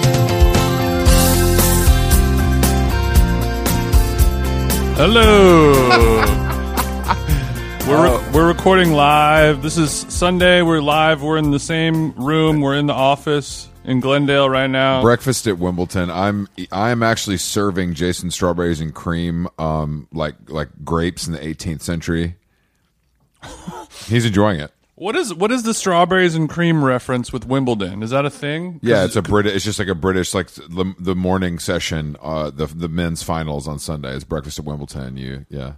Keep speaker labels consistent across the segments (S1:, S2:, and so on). S1: Hello. we're
S2: Oh.
S1: rec- we're recording live. This is Sunday. We're live. We're in the same room. We're in the office in Glendale right now.
S2: breakfast at Wimbledon. I'm I'm actually serving Jason strawberries and cream, um, like like grapes in the 18th century. He's enjoying it.
S1: What is what is the strawberries and cream reference with Wimbledon? Is that a thing? 'Cause
S2: Yeah, it's a British. It's just like a British, like the, the morning session, uh, the the men's finals on Sunday is breakfast at Wimbledon. You yeah,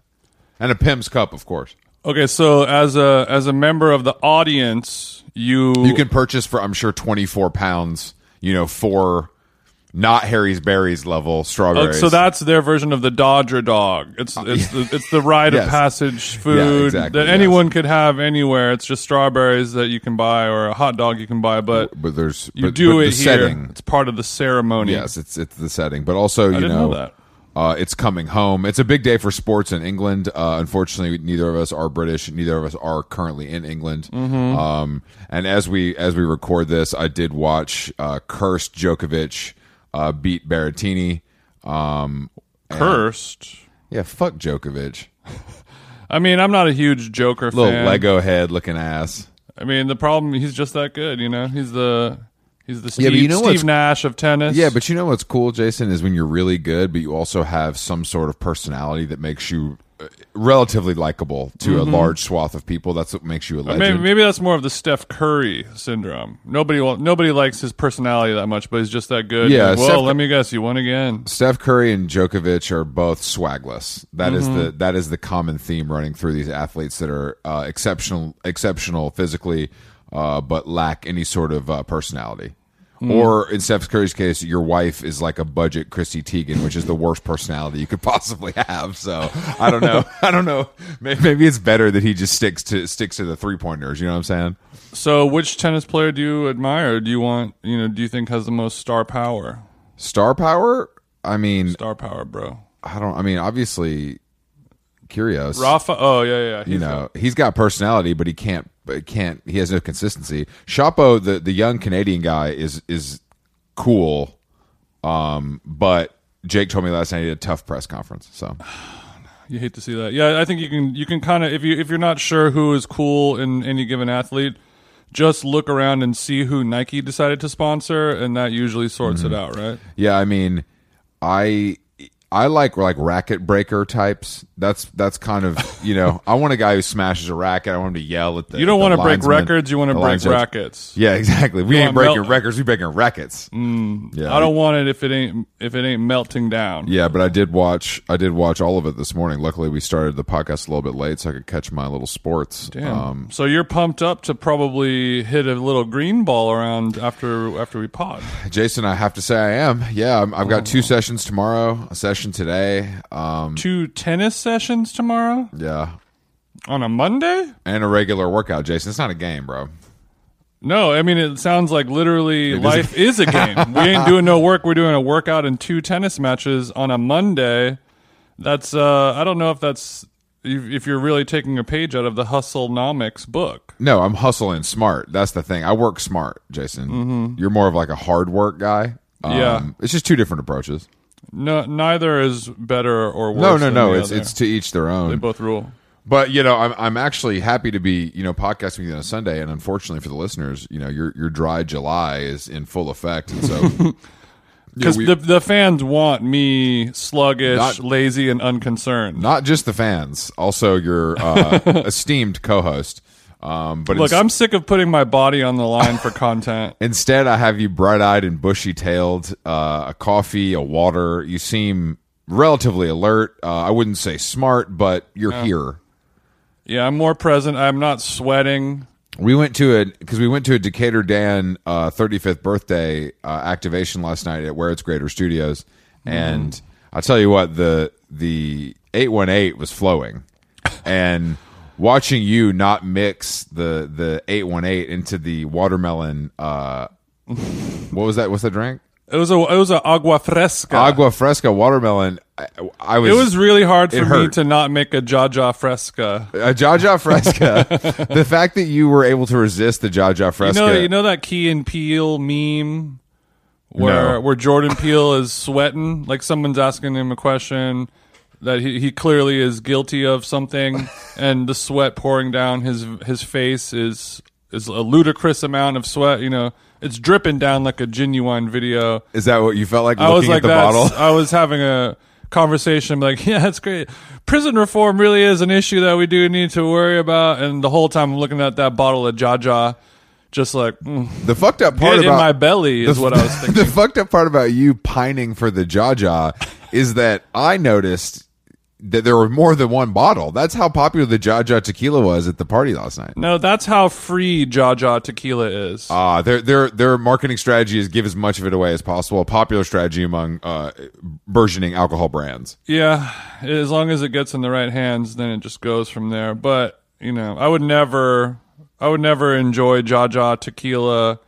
S2: and a Pim's cup, of course.
S1: Okay, so as a as a member of the audience, you
S2: You can purchase for I'm sure 24 pounds. You know, for not Harry's berries level
S1: Oh,
S2: strawberries.
S1: so
S2: Uh,
S1: that's their version of the Dodger dog. It's it's the, it's the rite of
S2: Yes.
S1: passage food
S2: Yeah, exactly,
S1: that
S2: yes.
S1: anyone could have anywhere. It's just strawberries that you can buy or a hot dog you can buy, but
S2: but there's
S1: you
S2: but-
S1: do
S2: but
S1: it
S2: the
S1: here.
S2: Setting,
S1: It's part of the ceremony.
S2: Yes, it's it's the setting, but also you
S1: didn't know
S2: know,
S1: that.
S2: Uh, it's coming home. It's a big day for sports in England. Uh, unfortunately, neither of us are British. Neither of us are currently in England. Um, and as we as we record this, I did watch uh, Cursed Djokovic uh, beat Berrettini. Um,
S1: Cursed.
S2: yeah, fuck Djokovic,
S1: I mean, I'm not a huge Joker
S2: little
S1: fan.
S2: Lego head looking ass.
S1: I mean, the problem he's just that good. You know, he's the he's the Steve,
S2: Yeah, but you know
S1: Steve
S2: what's-
S1: Nash of tennis.
S2: Yeah, but you know what's cool, Jason, is when you're really good, but you also have some sort of personality that makes you uh, relatively likable to a large swath of people. That's what makes you a legend.
S1: Maybe, maybe that's more of the Steph Curry syndrome. Nobody will, nobody likes his personality that much, but he's just that good.
S2: Yeah,
S1: Like, Well,
S2: Steph-
S1: let me guess, you won again.
S2: Steph Curry and Djokovic are both swagless. That is the that is the common theme running through these athletes that are uh, exceptional exceptional physically, uh, but lack any sort of uh, personality. Or in Steph Curry's case, your wife is like a budget Chrissy Teigen, which is the worst personality you could possibly have. So I don't know. I don't know. May- Maybe it's better that he just sticks to sticks to the three pointers. You know what I'm saying?
S1: So, which tennis player do you admire? Do you want, you know, do you think has the most star power?
S2: Star power. I mean,
S1: Star power, bro.
S2: I don't. I mean, obviously, Curios.
S1: Rafa. Oh yeah, yeah. He's
S2: you know he's got personality but he can't but can't he has no consistency Chapo the the young Canadian guy is is cool um but Jake told me last night he had a tough press conference so
S1: You hate to see that. Yeah, I think you can you can kind of if you if you're not sure who is cool in any given athlete, just look around and see who Nike decided to sponsor, and that usually sorts
S2: Mm-hmm.
S1: it out, right?
S2: yeah I mean I I like like racket breaker types that's that's kind of you know I want a guy who smashes a racket I want him to yell at the
S1: You don't
S2: want to
S1: break records. You want to break rackets.
S2: yeah exactly we ain't
S1: want mel-
S2: breaking records we breaking rackets yeah
S1: I don't want it if it ain't if it ain't melting down.
S2: Yeah, but I did watch. I did watch all of it this morning. Luckily, we started the podcast a little bit late, so I could catch my little sports.
S1: Damn.
S2: Um,
S1: so you're pumped up to probably hit a little green ball around after after we pod.
S2: Jason, I have to say, I am. Yeah, I'm, I've
S1: Oh.
S2: got two sessions tomorrow, a session today. Um,
S1: Two tennis sessions tomorrow
S2: yeah,
S1: on a Monday.
S2: and a regular workout. Jason, it's not a game, bro.
S1: No, I mean it sounds like literally life is a game. we ain't doing no work. We're doing a workout and two tennis matches on a Monday. That's uh, I don't know if that's if if you're really taking a page out of the Hustle Nomics book.
S2: No, I'm hustling smart. That's the thing. I work smart, Jason. You're more of like a hard work guy.
S1: Mm-hmm.
S2: Um,
S1: Yeah.
S2: it's just two different approaches.
S1: No, neither is better or worse.
S2: No, no,
S1: than
S2: no.
S1: the
S2: It's
S1: other.
S2: it's to each their own.
S1: they both rule.
S2: But you know, I'm I'm actually happy to be you know podcasting with you on a Sunday, and unfortunately for the listeners, you know your your dry July is in full effect, and so
S1: Because
S2: we-
S1: the the fans want me sluggish,
S2: Not-
S1: lazy, and unconcerned.
S2: not just the fans, also your uh, esteemed co-host. Um, but
S1: Look,
S2: ins-
S1: I'm sick of putting my body on the line for content.
S2: instead, I have you bright-eyed and bushy-tailed, uh, a coffee, a water. You seem relatively alert. Uh, I wouldn't say smart, but you're here.
S1: Yeah, I'm more present. I'm not sweating.
S2: We went to a because we went to a Decatur Dan uh, 35th birthday uh, activation last night at Where It's Greater Studios, and I tell you what the the 818 was flowing, and watching you not mix the the 818 into the watermelon. Uh, what was that? What's the drink?
S1: It was a it was a agua fresca.
S2: Agua fresca watermelon. I, I was
S1: it was really hard
S2: It
S1: for me
S2: hurt.
S1: to not make a jaja fresca.
S2: a Jaja fresca. the fact that you were able to resist the Jaja
S1: You
S2: fresca.
S1: know, you know that Key and Peele meme where
S2: No.
S1: where Jordan Peele is sweating, like someone's asking him a question. that he, he clearly is guilty of something, and the sweat pouring down his his face is is a ludicrous amount of sweat. You know, it's dripping down like a genuine video.
S2: Is that what you felt like
S1: I was
S2: looking
S1: like,
S2: at the
S1: that's,
S2: bottle?
S1: I was having a conversation like, yeah, that's great. Prison reform really is an issue that we do need to worry about. And the whole time I'm looking at that bottle of Jaja, just like mm,
S2: The fucked up part
S1: get in
S2: about
S1: my belly is what I was thinking.
S2: the fucked up part about you pining for the Jaja is that I noticed that there were more than one bottle. That's how popular the Jaja tequila was at the party last night.
S1: No, that's how free Jaja tequila is.
S2: Ah, their their their marketing strategy is give as much of it away as possible. A popular strategy among uh, burgeoning alcohol brands.
S1: yeah, as long as it gets in the right hands, then it just goes from there. But you know, I would never, I would never enjoy Jaja tequila,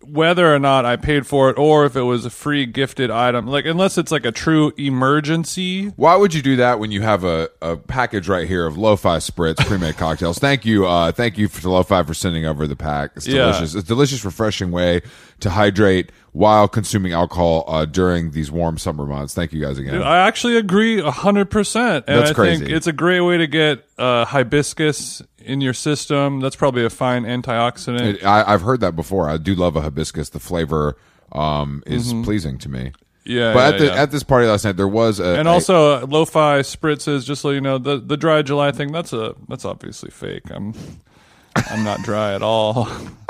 S1: whether or not I paid for it or if it was a free gifted item. Like unless it's like a true emergency.
S2: Why would you do that when you have a, a package right here of lo-fi spritz pre-made cocktails? Thank you, uh, thank you for, to lo-fi for sending over the pack. It's
S1: Yeah.
S2: delicious. It's a delicious, refreshing way to hydrate while consuming alcohol uh, during these warm summer months. Thank you guys again.
S1: I actually agree hundred percent, and
S2: That's
S1: I think
S2: crazy.
S1: it's a great way to get uh, hibiscus in your system. That's probably a fine antioxidant.
S2: It- I, I've heard that before. I do love a hibiscus. The flavor um, is pleasing to me.
S1: Mm-hmm. Yeah,
S2: but
S1: yeah,
S2: at the
S1: yeah.
S2: at this party last night, there was a
S1: And
S2: a-
S1: also, uh, lo-fi spritzes. Just so you know, the the dry July thing. That's a that's obviously fake. I'm I'm not dry at all.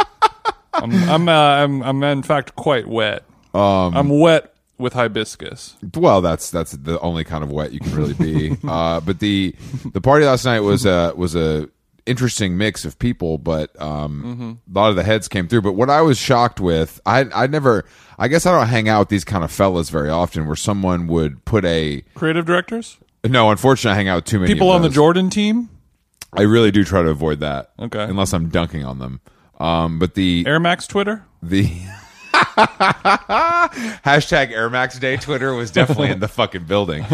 S1: I'm I'm, uh, I'm I'm in fact quite wet. Um, I'm wet with hibiscus.
S2: well that's that's the only kind of wet you can really be uh, but the the party last night was a was a interesting mix of people but um,
S1: Mm-hmm.
S2: a lot of the heads came through but what i was shocked with i i never i guess i don't hang out with these kind of fellas very often where someone would put a
S1: Creative directors,
S2: no unfortunately i hang out with too many
S1: people
S2: of
S1: on the
S2: those.
S1: Jordan team,
S2: i really do try to avoid that
S1: Okay.
S2: unless i'm dunking on them um, but the
S1: Air Max Twitter.
S2: the hashtag Air Max Day Twitter was definitely in the fucking building.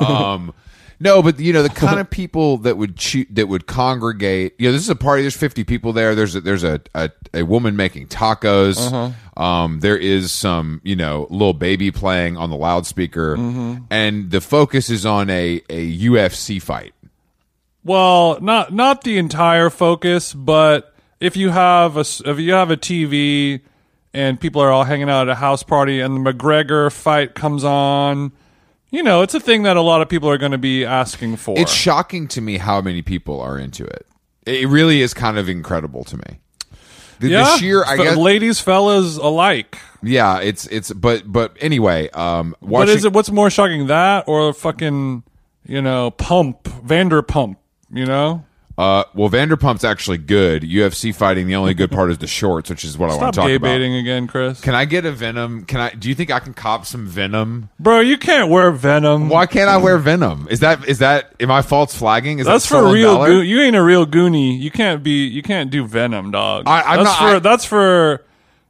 S2: Um, no, but you know the kind of people that would choo- that would congregate. You know, this is a party. There's 50 people there. There's a, there's a, a a woman making tacos. Um, there is some you know little baby playing on the loudspeaker, and the focus is on a a UFC fight.
S1: Well, not not the entire focus, but if you have a s- if you have a TV and people are all hanging out at a house party and the McGregor fight comes on, you know, it's a thing that a lot of people are going to be asking for.
S2: It's shocking to me how many people are into it. It really is kind of incredible to me. The, the sheer, I
S1: Fe-
S2: guess,
S1: ladies, fellas alike.
S2: Yeah, it's it's but but anyway, um
S1: But
S2: watching
S1: is it what's more shocking that or fucking you know pump Vanderpump? You know,
S2: uh well Vanderpump's actually good. UFC fighting, the only good part is the shorts, which is what I want
S1: stop
S2: to talk
S1: gay
S2: about.
S1: baiting again, Chris.
S2: Can I get a Venom? Can I do you think I can cop some Venom?
S1: Bro, you can't wear Venom.
S2: Why can't I wear Venom? Is that is that am I false flagging? Is
S1: That's
S2: that
S1: for
S2: stolen
S1: real.
S2: valor?
S1: Goo- you ain't a real goonie. You can't be. You can't do Venom, dog.
S2: I- I'm
S1: that's
S2: not-
S1: for.
S2: I-
S1: that's for.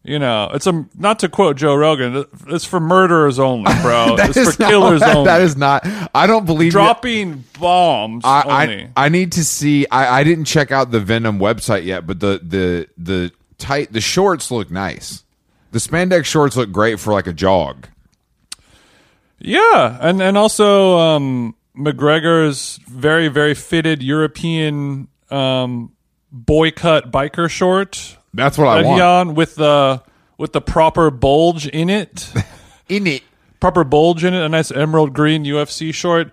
S1: You know, it's a not to quote Joe Rogan. It's for murderers only, bro.
S2: That
S1: it's
S2: is
S1: for
S2: not-
S1: killers only.
S2: That is not I don't believe you.
S1: dropping bombs
S2: I,
S1: only.
S2: I I need to see. I, I didn't check out the Venom website yet, but the the the tight the shorts look nice. The spandex shorts look great for like a jog.
S1: yeah, and and also um, McGregor's very very fitted European um, boycott biker short
S2: That's what I
S1: that he
S2: want.
S1: on with the with the proper bulge in it.
S2: in it.
S1: proper bulge in it, a nice emerald green UFC short.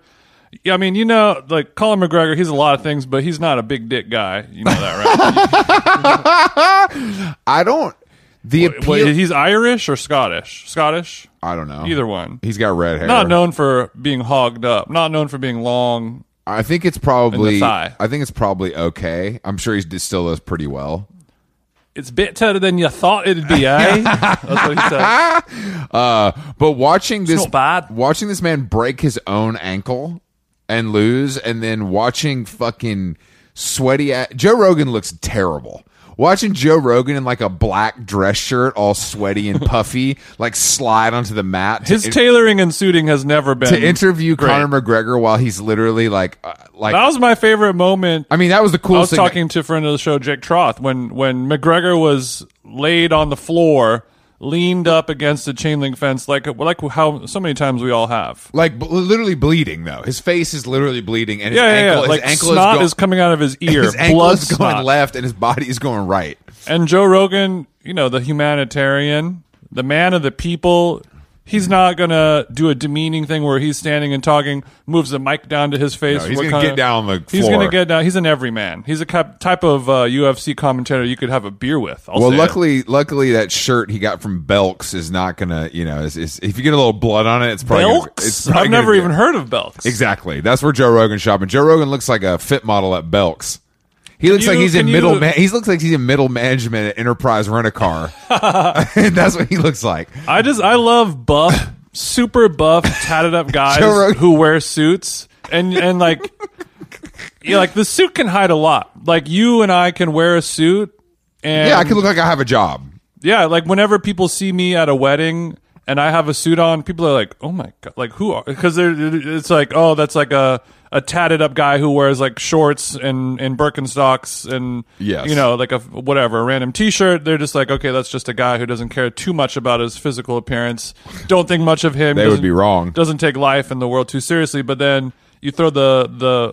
S1: Yeah, I mean, you know, like Colin McGregor, he's a lot of things, but he's not a big dick guy. You know that, right?
S2: I don't. The appeal.
S1: Well, he's Irish or Scottish? Scottish,
S2: I don't know.
S1: either one.
S2: He's got red hair.
S1: Not known for being hogged up. Not known for being long.
S2: I think it's
S1: In
S2: probably.
S1: the thigh.
S2: I think it's probably okay. I'm sure he d- still does pretty well.
S1: It's better than you thought it'd be, eh? That's what he said.
S2: Uh, but watching this,
S1: not bad.
S2: watching this man break his own ankle and lose, and then watching fucking sweaty a Joe Rogan looks terrible. Watching Joe Rogan in like a black dress shirt, all sweaty and puffy, like slide onto the mat. to
S1: His tailoring and suiting has never been.
S2: to interview Conor McGregor while he's literally like, uh, like
S1: that was my favorite moment
S2: I mean, that was the
S1: I
S2: coolest
S1: was
S2: thing.
S1: talking to a friend of the show, Jake Troth, when when McGregor was laid on the floor leaned up against a chain link fence, like like how so many times we all have.
S2: Like b- literally bleeding though. His face is literally bleeding, and his
S1: Yeah, yeah,
S2: ankle,
S1: yeah.
S2: his
S1: Like
S2: ankle
S1: snot
S2: is, go-
S1: is coming out of his ear.
S2: his ankle
S1: Blood
S2: is going
S1: snot.
S2: left, and his body is going right.
S1: And Joe Rogan, you know, the humanitarian, the man of the people, he's not going to do a demeaning thing where he's standing and talking, moves the mic down to his face.
S2: No, he's
S1: What
S2: gonna
S1: kinda-
S2: get down on the
S1: He's
S2: floor.
S1: going to get down. He's an everyman. He's a cap- type of uh, UFC commentator you could have a beer with. I'll
S2: Well,
S1: say it.
S2: luckily, luckily that shirt he got from Belks is not gonna, you know, is, is if you get a little blood on it, it's probably gonna- it's
S1: Belks?
S2: probably
S1: I've
S2: gonna
S1: never
S2: be-
S1: even heard of Belks.
S2: Exactly. That's where Joe Rogan's shopping. Joe Rogan looks like a fit model at Belks. He looks
S1: you-
S2: like he's in
S1: can you-
S2: middle. Man- he looks like he's in middle management at Enterprise Rent a Car. That's what he looks like.
S1: I just, I love buff, super buff, tatted up guys
S2: Joe Rogan.
S1: who wear suits. And, and like, yeah, like the suit can hide a lot. Like you and I can wear a suit. And
S2: Yeah, I can look like I have a job.
S1: Yeah, like whenever people see me at a wedding and I have a suit on, people are like, "Oh my god!" Like who are? Because they're it's like, "Oh, that's like a a tatted up guy who wears like shorts and and Birkenstocks and
S2: Yes.
S1: you know, like a whatever a random T shirt." They're just like, "Okay, that's just a guy who doesn't care too much about his physical appearance. Don't think much of him."
S2: They would
S1: doesn't-
S2: be wrong.
S1: Doesn't take life and the world too seriously. But then you throw the the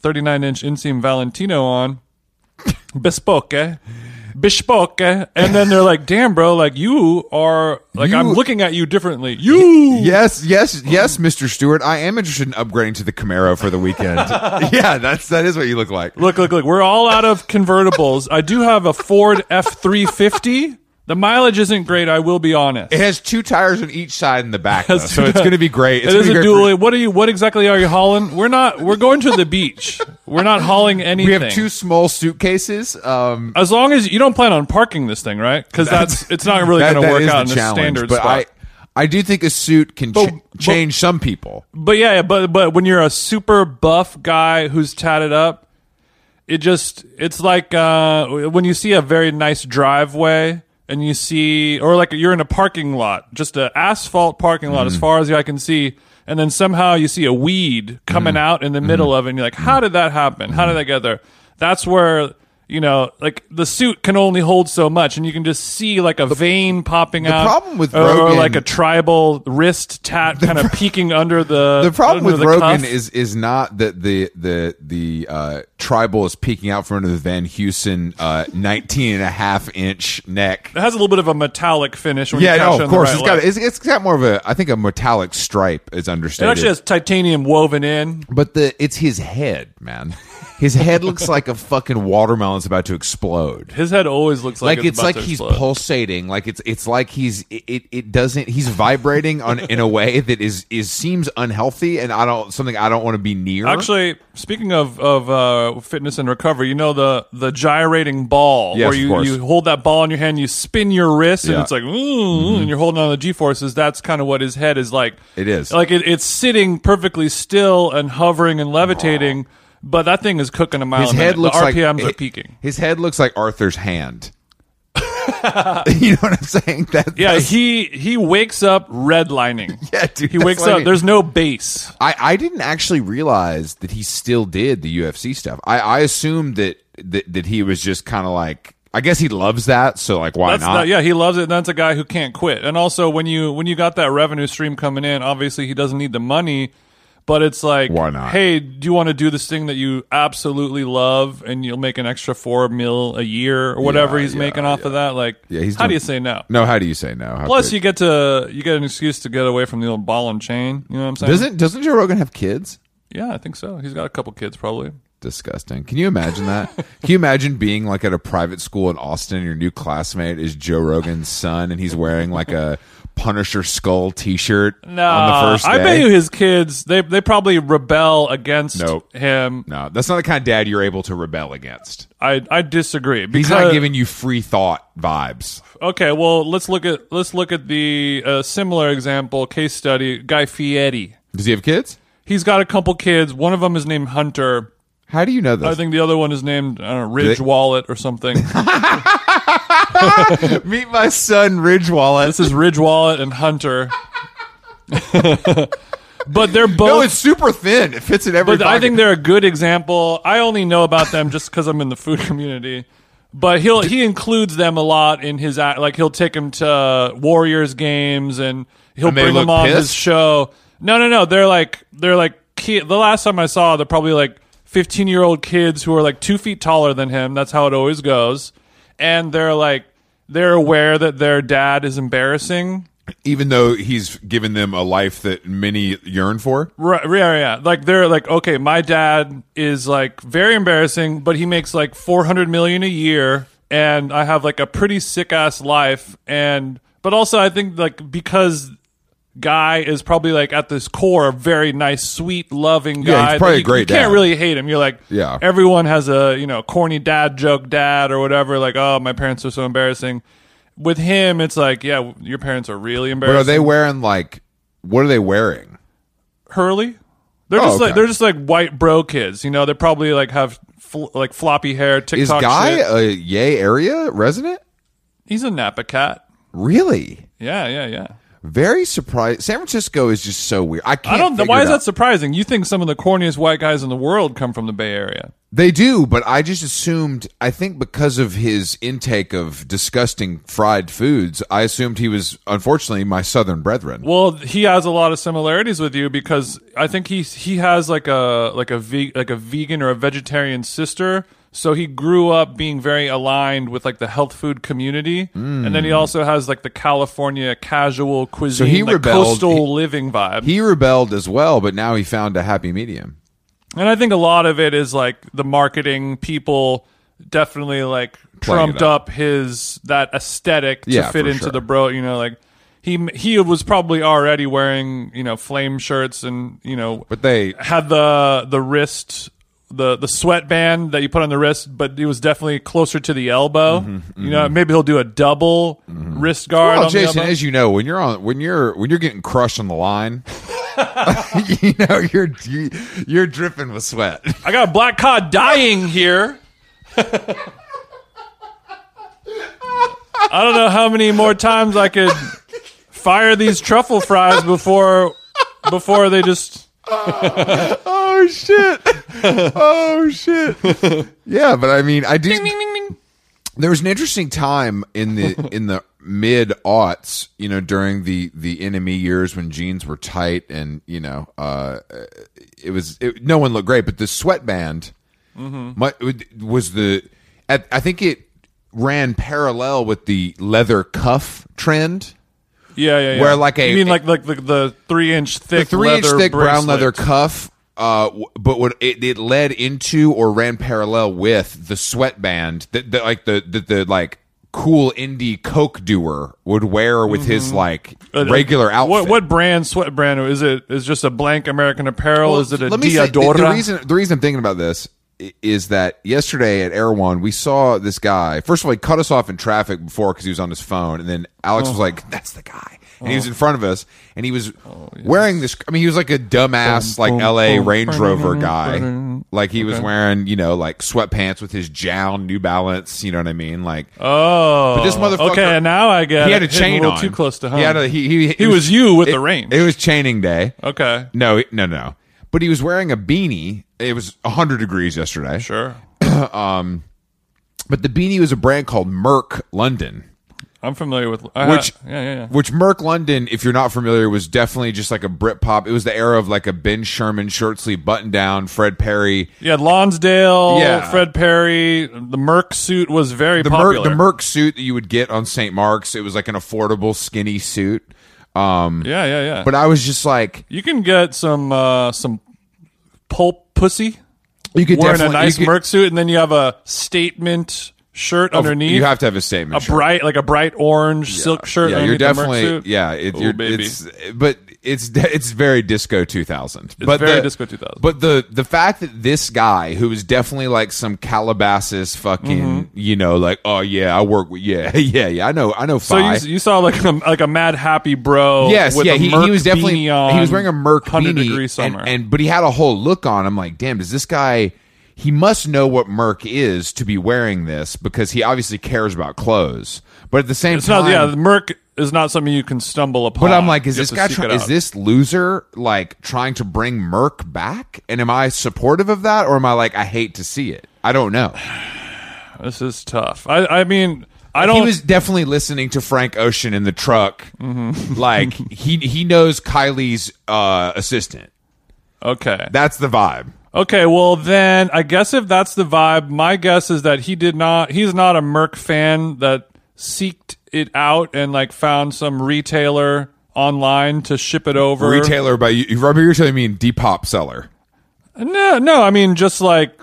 S1: thirty nine inch inseam Valentino on bespoke, eh? bespoke, eh? and then they're like, "Damn, bro, like you are like I'm
S2: You-
S1: looking at you differently." You,
S2: Yes, yes, yes, Mister Stewart. I am interested in upgrading to the Camaro for the weekend. yeah, that's that is what you look like.
S1: look, look, look. We're all out of convertibles. I do have a Ford F three fifty. The mileage isn't great. I will be honest.
S2: It has two tires on each side in the back, though,
S1: That's
S2: so
S1: true.
S2: it's going to be great. It's
S1: it
S2: gonna
S1: is
S2: be
S1: a
S2: great
S1: dually.
S2: for-
S1: What are you? What exactly are you hauling? We're not. We're going to the beach. We're not hauling anything.
S2: We have two small suitcases. Um,
S1: As long as you don't plan on parking this thing, right? Because that's, it's not really
S2: that-
S1: going to
S2: that
S1: work
S2: is
S1: out in
S2: the
S1: a
S2: challenge,
S1: standard
S2: but
S1: spot.
S2: I, I do think a suit can ch-
S1: but-
S2: change some people.
S1: But yeah, yeah, but but when you're a super buff guy who's tatted up, it just it's like uh, when you see a very nice driveway and you see or like you're in a parking lot, just an asphalt parking lot
S2: Mm.
S1: as far as the eye can see, and then somehow you see a weed
S2: Mm.
S1: coming out in the middle of it and you're like, How did that happen? How did that get there? That's where you know, like the suit can only hold so much, and you can just see like a vein popping out.
S2: problem with
S1: or, or
S2: Rogan-
S1: like a tribal wrist tat kind of peeking under the
S2: The problem
S1: under
S2: with
S1: the
S2: Rogan
S1: cuff.
S2: is is not that the the the uh, tribal is peeking out from under the Van Heusen uh, 19 and a half inch neck.
S1: it has a little bit of a metallic finish. When
S2: Yeah,
S1: you catch
S2: no,
S1: it on
S2: of course.
S1: The
S2: it's
S1: right
S2: got
S1: leg.
S2: it's, it's got more of a I think a metallic stripe is
S1: it
S2: understated.
S1: actually has titanium woven in.
S2: But the it's his head, man. His head looks like a fucking watermelon that's about to explode.
S1: His head always looks like,
S2: Like, it's
S1: about
S2: like
S1: to
S2: he's
S1: explode.
S2: pulsating. Like it's it's like he's it, it, it doesn't he's vibrating on in a way that is is seems unhealthy and I don't something I don't want to be near.
S1: Actually, speaking of of uh, fitness and recovery, you know the the gyrating ball
S2: Yes,
S1: where
S2: of
S1: you,
S2: course.
S1: you hold that ball in your hand, you spin your wrist, and
S2: Yeah. Mm-hmm.
S1: it's like, "Ooh," and you're holding on the g forces. That's kind of what his head is like.
S2: It is.
S1: like it, it's sitting perfectly still and hovering and levitating, but that thing is cooking a mile.
S2: his
S1: a minute.
S2: head looks
S1: oh, the
S2: like
S1: RPMs are
S2: it-
S1: peaking.
S2: His head looks like Arthur's hand. you know what I'm saying? That
S1: Yeah,
S2: that's-
S1: he he wakes up redlining.
S2: Yeah, dude,
S1: he
S2: that's
S1: wakes
S2: what I
S1: up.
S2: mean.
S1: There's no base.
S2: I, I didn't actually realize that he still did the UFC stuff. I, I assumed that, that that he was just kind of like I guess he loves that, so like why
S1: That's
S2: not?
S1: not, yeah, he loves it. That's a guy who can't quit. And also, when you when you got that revenue stream coming in, obviously he doesn't need the money, but it's like,
S2: Why not?
S1: Hey, do you want to do this thing that you absolutely love, and you'll make an extra four mil a year or whatever
S2: Yeah,
S1: he's
S2: yeah,
S1: making off of that? Like,
S2: Yeah, he's
S1: how do
S2: doing-
S1: you say no?
S2: No, how do you say no? How
S1: Plus,
S2: could-
S1: you get to you get an excuse to get away from the old ball and chain. You know what I'm saying?
S2: doesn't doesn't Joe Rogan have kids?
S1: yeah, I think so. He's got a couple kids probably.
S2: Disgusting. Can you imagine that? Can you imagine being like at a private school in Austin and your new classmate is Joe Rogan's son and he's wearing like a Punisher skull T-shirt
S1: No,
S2: on the first day?
S1: I bet you his kids they they probably rebel against
S2: Nope.
S1: him.
S2: No, that's not the kind of dad you're able to rebel against.
S1: I I disagree.
S2: He's
S1: Because,
S2: not giving you free thought vibes.
S1: Okay, well let's look at let's look at the uh, similar example case study. Guy Fieri,
S2: Does he have kids?
S1: he's got a couple kids. One of them is named Hunter.
S2: How do you know this?
S1: I think the other one is named I don't know, Ridge
S2: They-
S1: Wallet or something.
S2: Meet my son, Ridge Wallet.
S1: this is Ridge Wallet and Hunter. but they're both.
S2: No, it's super thin. It fits in every.
S1: But I
S2: pocket.
S1: think they're a good example. I only know about them just because I'm in the food community. But he'll he includes them a lot in his act. Like he'll take them to Warriors games and he'll
S2: And they
S1: bring them
S2: look
S1: on his
S2: pissed?
S1: show. No, no, no. They're like they're like kid. The last time I saw, they're probably like fifteen year old kids who are like two feet taller than him. That's how it always goes. And they're like they're aware that their dad is embarrassing.
S2: even though he's given them a life that many yearn for.
S1: Right, yeah, yeah. Like they're like, okay, my dad is like very embarrassing, but he makes like four hundred million a year, and I have like a pretty sick ass life, and but also I think like because guy is probably like at this core a very nice, sweet, loving guy.
S2: Yeah, he's probably
S1: that
S2: a
S1: you,
S2: great
S1: You
S2: dad.
S1: can't really hate him. You're like,
S2: Yeah.
S1: Everyone has a you know corny dad joke, dad or whatever. Like, oh, my parents are so embarrassing. With him, it's like, yeah, your parents are really
S2: But
S1: embarrassing.
S2: are they wearing like what are they wearing?
S1: Hurley. They're
S2: Oh,
S1: just
S2: okay.
S1: like they're just like white bro kids. You know, they probably like have fl- like floppy hair.
S2: Is
S1: TikTok
S2: Guy
S1: shit.
S2: a Yay area resident?
S1: He's a Napa cat.
S2: Really?
S1: Yeah, yeah, yeah.
S2: Very surprised. San Francisco is just so weird. I can't.
S1: I don't.
S2: Figure
S1: Why
S2: it
S1: is
S2: out.
S1: that surprising? You think some of the corniest white guys in the world come from the Bay Area?
S2: They do, but I just assumed. I think because of his intake of disgusting fried foods, I assumed he was unfortunately my southern brethren.
S1: Well, he has a lot of similarities with you because I think he he has like a like a ve- like a vegan or a vegetarian sister. So he grew up being very aligned with like the health food community, and then he also has like the California casual cuisine,
S2: Mm. he
S1: like,
S2: rebelled-
S1: coastal
S2: he-
S1: living vibe.
S2: he rebelled as well, but now he found a happy medium.
S1: And I think a lot of it is like the marketing people definitely like
S2: Playing it
S1: trumped up. his that aesthetic to
S2: Yeah,
S1: fit
S2: for
S1: into
S2: sure.
S1: the bro. You know, like he he was probably already wearing you know flame shirts and you know
S2: But they
S1: had the the wrist the the sweatband that you put on the wrist, but he was definitely closer to the elbow. You know, maybe he'll do a double wrist guard.
S2: Mm-hmm, Well,
S1: on the
S2: Oh, Jason,
S1: elbow.
S2: as you know, when you're on when you're when you're getting crushed on the line, you know you're you, you're dripping with sweat.
S1: I got a black cod dying here. I don't know how many more times I could fire these truffle fries before before they just
S2: oh shit! Oh shit! yeah, but I mean, I do. There was an interesting time in the in the mid aughts, you know, during the the enemy years when jeans were tight and you know, uh, it was it, no one looked great, but the sweatband my, was the at, I think it ran parallel with the leather cuff trend.
S1: yeah yeah yeah.
S2: Where like a-
S1: you mean like like the, the three inch thick
S2: three inch
S1: leather
S2: thick brown
S1: bracelet.
S2: leather cuff. Uh, w- but what it, it led into or ran parallel with the sweatband that the, like the, the the like cool indie coke doer would wear with his like
S1: Uh,
S2: regular outfit.
S1: What what brand sweat brand is it? Is it just a blank American Apparel? is it a
S2: Let me say, the,
S1: Diadora?
S2: the reason the reason I'm thinking about this i- is that yesterday at Air One we saw this guy. First of all, he cut us off in traffic before because he was on his phone, and then Alex
S1: Oh.
S2: was like, "That's the guy," and he was in front of us, and he was
S1: Oh,
S2: wearing this. I mean, he was like a dumbass like
S1: boom,
S2: L.A.
S1: boom,
S2: Range
S1: boom,
S2: Rover
S1: boom,
S2: guy.
S1: boom.
S2: Like he was wearing you know like sweatpants with his Jown New Balance. You know what I mean? Like
S1: oh,
S2: this motherfucker-
S1: Okay, now I get.
S2: he had
S1: it.
S2: a
S1: Hitting
S2: chain
S1: a little
S2: on.
S1: too close to home.
S2: He had a, he, he,
S1: He was you with
S2: it-
S1: the range.
S2: It was chaining day.
S1: okay,
S2: No, it- no, no. But he was wearing a beanie. It was 100 degrees yesterday.
S1: sure.
S2: But the beanie was a brand called Merck London,
S1: I'm familiar with I
S2: Which-
S1: ha- Ah, yeah, yeah, yeah.
S2: which Merck London, if you're not familiar, was definitely just like a Britpop. It was the era of like a Ben Sherman short sleeve button down, Fred Perry.
S1: You had Lonsdale,
S2: Yeah.
S1: Fred Perry. The Merc suit was very
S2: The Merck,
S1: popular.
S2: the Merck suit that you would get on St. Mark's. It was like an affordable, skinny suit. Um,
S1: yeah, yeah, yeah.
S2: but I was just like,
S1: you can get some uh, some pulp pussy
S2: you could
S1: wearing a
S2: definitely-
S1: nice
S2: you could-
S1: Merc suit, and then you have a statement shirt underneath.
S2: You have to have a statement.
S1: a
S2: shirt.
S1: bright like a bright orange silk shirt.
S2: Yeah, you're
S1: underneath the Merc
S2: definitely
S1: suit.
S2: yeah. It,
S1: Ooh,
S2: you're,
S1: baby.
S2: It's but it's it's very disco 2000. but
S1: very
S2: the-
S1: disco 2000.
S2: But the the fact that this guy who is definitely like some Calabasas
S1: Mm-hmm.
S2: fucking you know like oh yeah I work with yeah yeah yeah I know I know
S1: So
S2: Phi.
S1: you, you saw like a, like a mad happy bro.
S2: Yes,
S1: with
S2: yeah,
S1: a
S2: he,
S1: Merc
S2: he was definitely he
S1: beanie on,
S2: was wearing a Merc
S1: hundred
S2: beanie,
S1: degree
S2: and-
S1: summer.
S2: And, but he had a whole look on. I'm like, damn, does this guy? He must know what Merc is to be wearing this because he obviously cares about clothes. But at the same
S1: it's
S2: time,
S1: not yeah, the Merc is not something you can stumble upon.
S2: But I'm like, is
S1: You
S2: this
S1: have to
S2: guy?
S1: seek
S2: Try-
S1: it
S2: is
S1: out.
S2: this loser like trying to bring Merc back? And am I supportive of that, or am I like, I hate to see it? I don't know.
S1: This is tough. I I mean I
S2: He
S1: don't.
S2: was definitely listening to Frank Ocean in the truck.
S1: Mm-hmm.
S2: Like he he knows Kylie's uh, assistant.
S1: okay.
S2: That's the vibe.
S1: Okay, well then, I guess if that's the vibe, my guess is that he did not. He's not a Merc fan that seeked it out and like found some retailer online to ship it over.
S2: Retailer by you, Robert. You're telling me Depop seller.
S1: No, no, I mean just like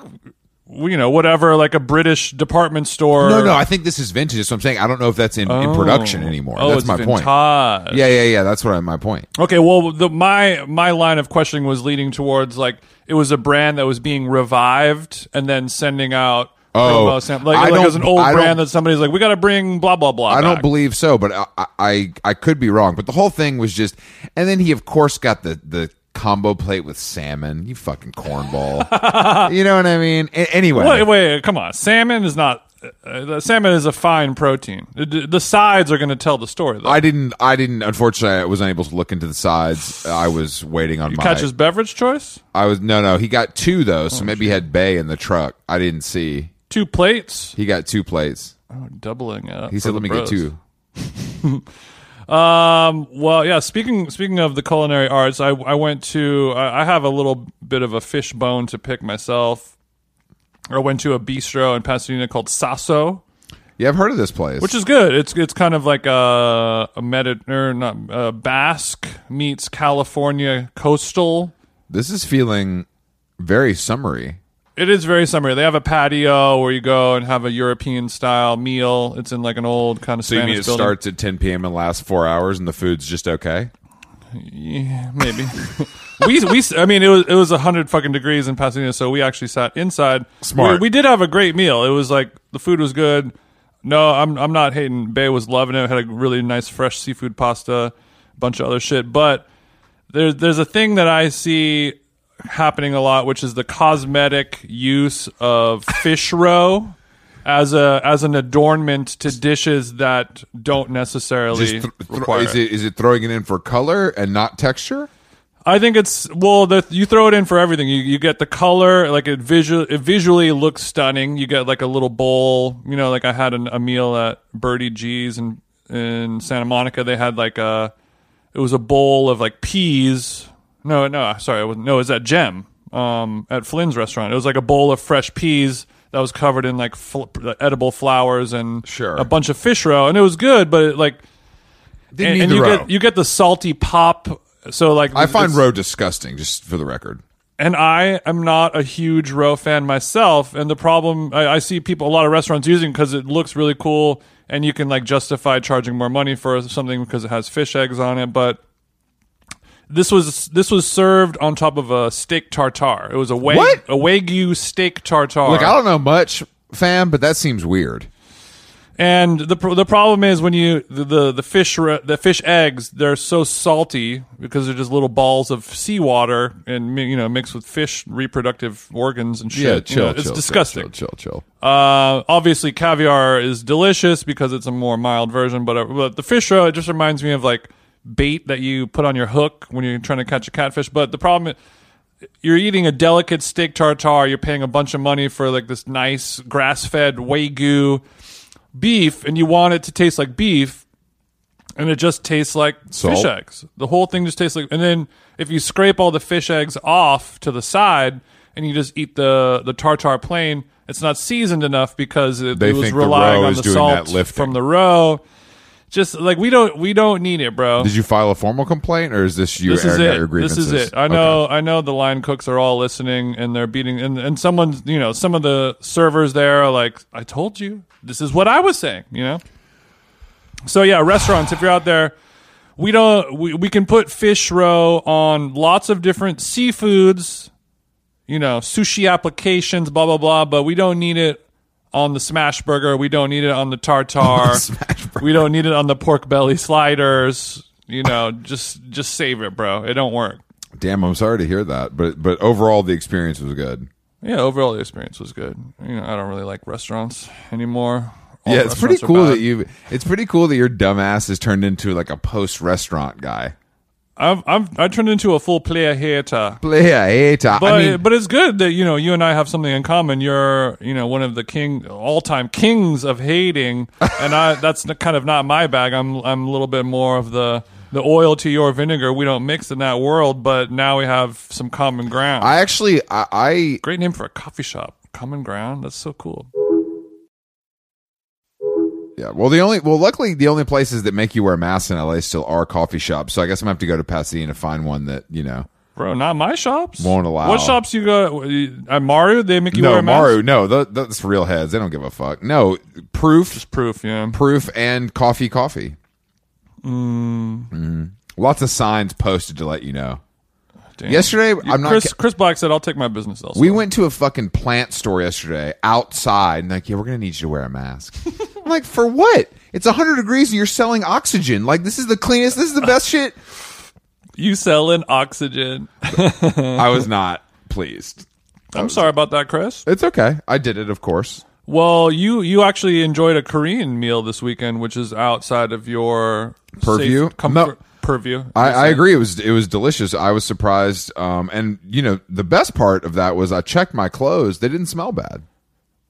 S1: you know whatever, like a British department store.
S2: No, no. I think this is vintage. So I'm saying I don't know if that's in, in production anymore.
S1: Oh,
S2: that's
S1: it's
S2: my point.
S1: vintage.
S2: Yeah, yeah, yeah. That's what I, my point.
S1: Okay, well, the, my my line of questioning was leading towards like it was a brand that was being revived and then sending out
S2: Oh,
S1: promo sam- like,
S2: I
S1: like
S2: don't-
S1: as an old
S2: I
S1: brand
S2: don't-
S1: that somebody's like we got to bring blah blah blah.
S2: I don't
S1: back."
S2: believe so, but I, I- I I could be wrong. But the whole thing was just, and then he of course got the the combo plate with salmon. You fucking cornball. you know what I mean? A- anyway,
S1: Wait, wait, come on. Salmon is not. Uh, the salmon is a fine protein. The, the sides are going to tell the story though.
S2: I didn't. I didn't. Unfortunately, I was unable to look into the sides. I was waiting on my.
S1: Catch Oh, his beverage choice.
S2: I was no, no. He got two though, so maybe he had Bay in the truck. I didn't see.
S1: Two plates.
S2: He got two plates.
S1: Oh, doubling it.
S2: He said, "Let me get two.
S1: Um. Well, yeah. Speaking speaking of the culinary arts, I I went to I, I have a little bit of a fish bone to pick myself. I went to a bistro in Pasadena called Sasso,
S2: Yeah, I've heard of this place.
S1: which is good. It's it's kind of like a a Medi- or not uh, Basque meets California coastal.
S2: this is feeling very summery.
S1: It is very summery. They have a patio where you go and have a European style meal. It's in like an old kind of
S2: So you mean
S1: Spanish
S2: it
S1: building.
S2: starts at 10 p.m. and lasts four hours, and the food's just okay?
S1: Yeah, maybe. we we I mean it was it was 100 fucking degrees in Pasadena so we actually sat inside.
S2: Smart.
S1: We, we did have a great meal. It was like the food was good. No, I'm I'm not hating. Bay was loving it. Had a really nice fresh seafood pasta, bunch of other shit, but there's there's a thing that I see happening a lot, which is the cosmetic use of fish roe as a as an adornment to dishes that don't necessarily
S2: Just th- th-
S1: require.
S2: is it is it throwing it in for color and not texture?
S1: I think it's well. The, you throw it in for everything. You you get the color, like it visual. It visually looks stunning. You get like a little bowl. You know, like I had an, a meal at Birdie G's in in Santa Monica. They had like a it was a bowl of like peas. No, no, sorry, it was no. It was at Gem um, at Flynn's restaurant. It was like a bowl of fresh peas that was covered in like fl- edible flowers and
S2: Sure.
S1: a bunch of fish roe, and it was good. But it, like
S2: Didn't
S1: and,
S2: need
S1: and
S2: the
S1: you
S2: roe.
S1: get you get the salty pop. So like
S2: I find
S1: it's-
S2: roe disgusting, just for the record.
S1: and I am not a huge roe fan myself. And the problem I, I see people a lot of restaurants using because it looks really cool, and you can like justify charging more money for something because it has fish eggs on it. But this was this was served on top of a steak tartare. It was a wag,
S2: What?
S1: a wagyu steak tartare.
S2: Look, I don't know much, fam, but that seems weird.
S1: And the pr- the problem is when you the the, the fish re- the fish eggs they're so salty because they're just little balls of seawater and mi- you know mixed with fish reproductive organs and shit.
S2: Yeah,
S1: You
S2: chill,
S1: know,
S2: chill,
S1: it's
S2: chill,
S1: disgusting.
S2: Chill, chill, chill.
S1: Uh, obviously, caviar is delicious because it's a more mild version, but, uh, but the fish roe, it just reminds me of like bait that you put on your hook when you're trying to catch a catfish. But the problem i- you're eating a delicate steak tartare, you're paying a bunch of money for like this nice grass fed Wagyu beef, and you want it to taste like beef, and it just tastes like fish
S2: Salt.
S1: eggs. The whole thing just tastes like. And then if you scrape all the fish eggs off to the side and you just eat the the tartar plain, it's not seasoned enough because it,
S2: They
S1: it was
S2: think the
S1: relying
S2: roe
S1: on
S2: is
S1: the
S2: doing that
S1: salt
S2: lifting.
S1: from the roe. Just like we don't we don't need it, bro.
S2: Did you file a formal complaint, or is this you
S1: This is
S2: airing out your
S1: it. This
S2: grievances?
S1: is it. I know. I know the line cooks are all listening, and they're beating. And and someone's, you know, some of the servers there are like, "I told you, this is what I was saying." You know. So yeah, restaurants. if you're out there, we don't. We we can put fish roe on lots of different seafoods. You know, sushi applications, blah blah blah. But we don't need it on the smash burger. We don't need it on the tartar.
S2: Smash Bros.
S1: We don't need it on the pork belly sliders. You know, just just save it, bro. It don't work.
S2: Oh, Damn, I'm sorry to hear that, but but overall the experience was good.
S1: Yeah, overall the experience was good. You know, I don't really like restaurants anymore. All
S2: yeah, it's pretty
S1: restaurants are
S2: cool
S1: bad.
S2: that you. It's pretty cool that your dumbass is turned into like a post restaurant guy.
S1: I've, I've I turned into a full player hater.
S2: Player hater.
S1: But
S2: I mean,
S1: but it's good that you know you and I have something in common. You're you know one of the king all time kings of hating, and I that's n- kind of not my bag. I'm I'm a little bit more of the the oil to your vinegar. We don't mix in that world, but now we have some common ground.
S2: I actually, I, I
S1: Great name for a coffee shop. Common ground. That's so cool.
S2: Yeah. Well, the only well, luckily, the only places that make you wear masks in LA still are coffee shops. So I guess I'm gonna have to go to Pasadena to find one that you know
S1: Bro, not my shops.
S2: Won't allow.
S1: What shops you go uh, at Maru? They make you wear
S2: no,
S1: a mask?
S2: Maru, no, th- that's real heads. They don't give a fuck. No, proof,
S1: Proof, yeah.
S2: proof, and coffee, coffee. Mm.
S1: Mm.
S2: Lots of signs posted to let you know.
S1: Damn.
S2: Yesterday, I'm not.
S1: Chris,
S2: ki-
S1: Chris Black said, I'll take my business elsewhere.
S2: we went to a fucking plant store yesterday outside, and like, yeah, we're gonna need you to wear a mask. I'm like, for what? It's 100 degrees, and you're selling oxygen. Like, this is the cleanest. This is the best shit.
S1: you selling oxygen.
S2: I was not pleased.
S1: I'm sorry about that, Chris.
S2: It's okay. I did it, of course.
S1: Well, you you actually enjoyed a Korean meal this weekend, which is outside of your
S2: Purview?
S1: safe comfort,
S2: No.
S1: purview.
S2: I, I agree. It was it was delicious. I was surprised. Um, and you know, the best part of that was I checked my clothes. They didn't smell bad.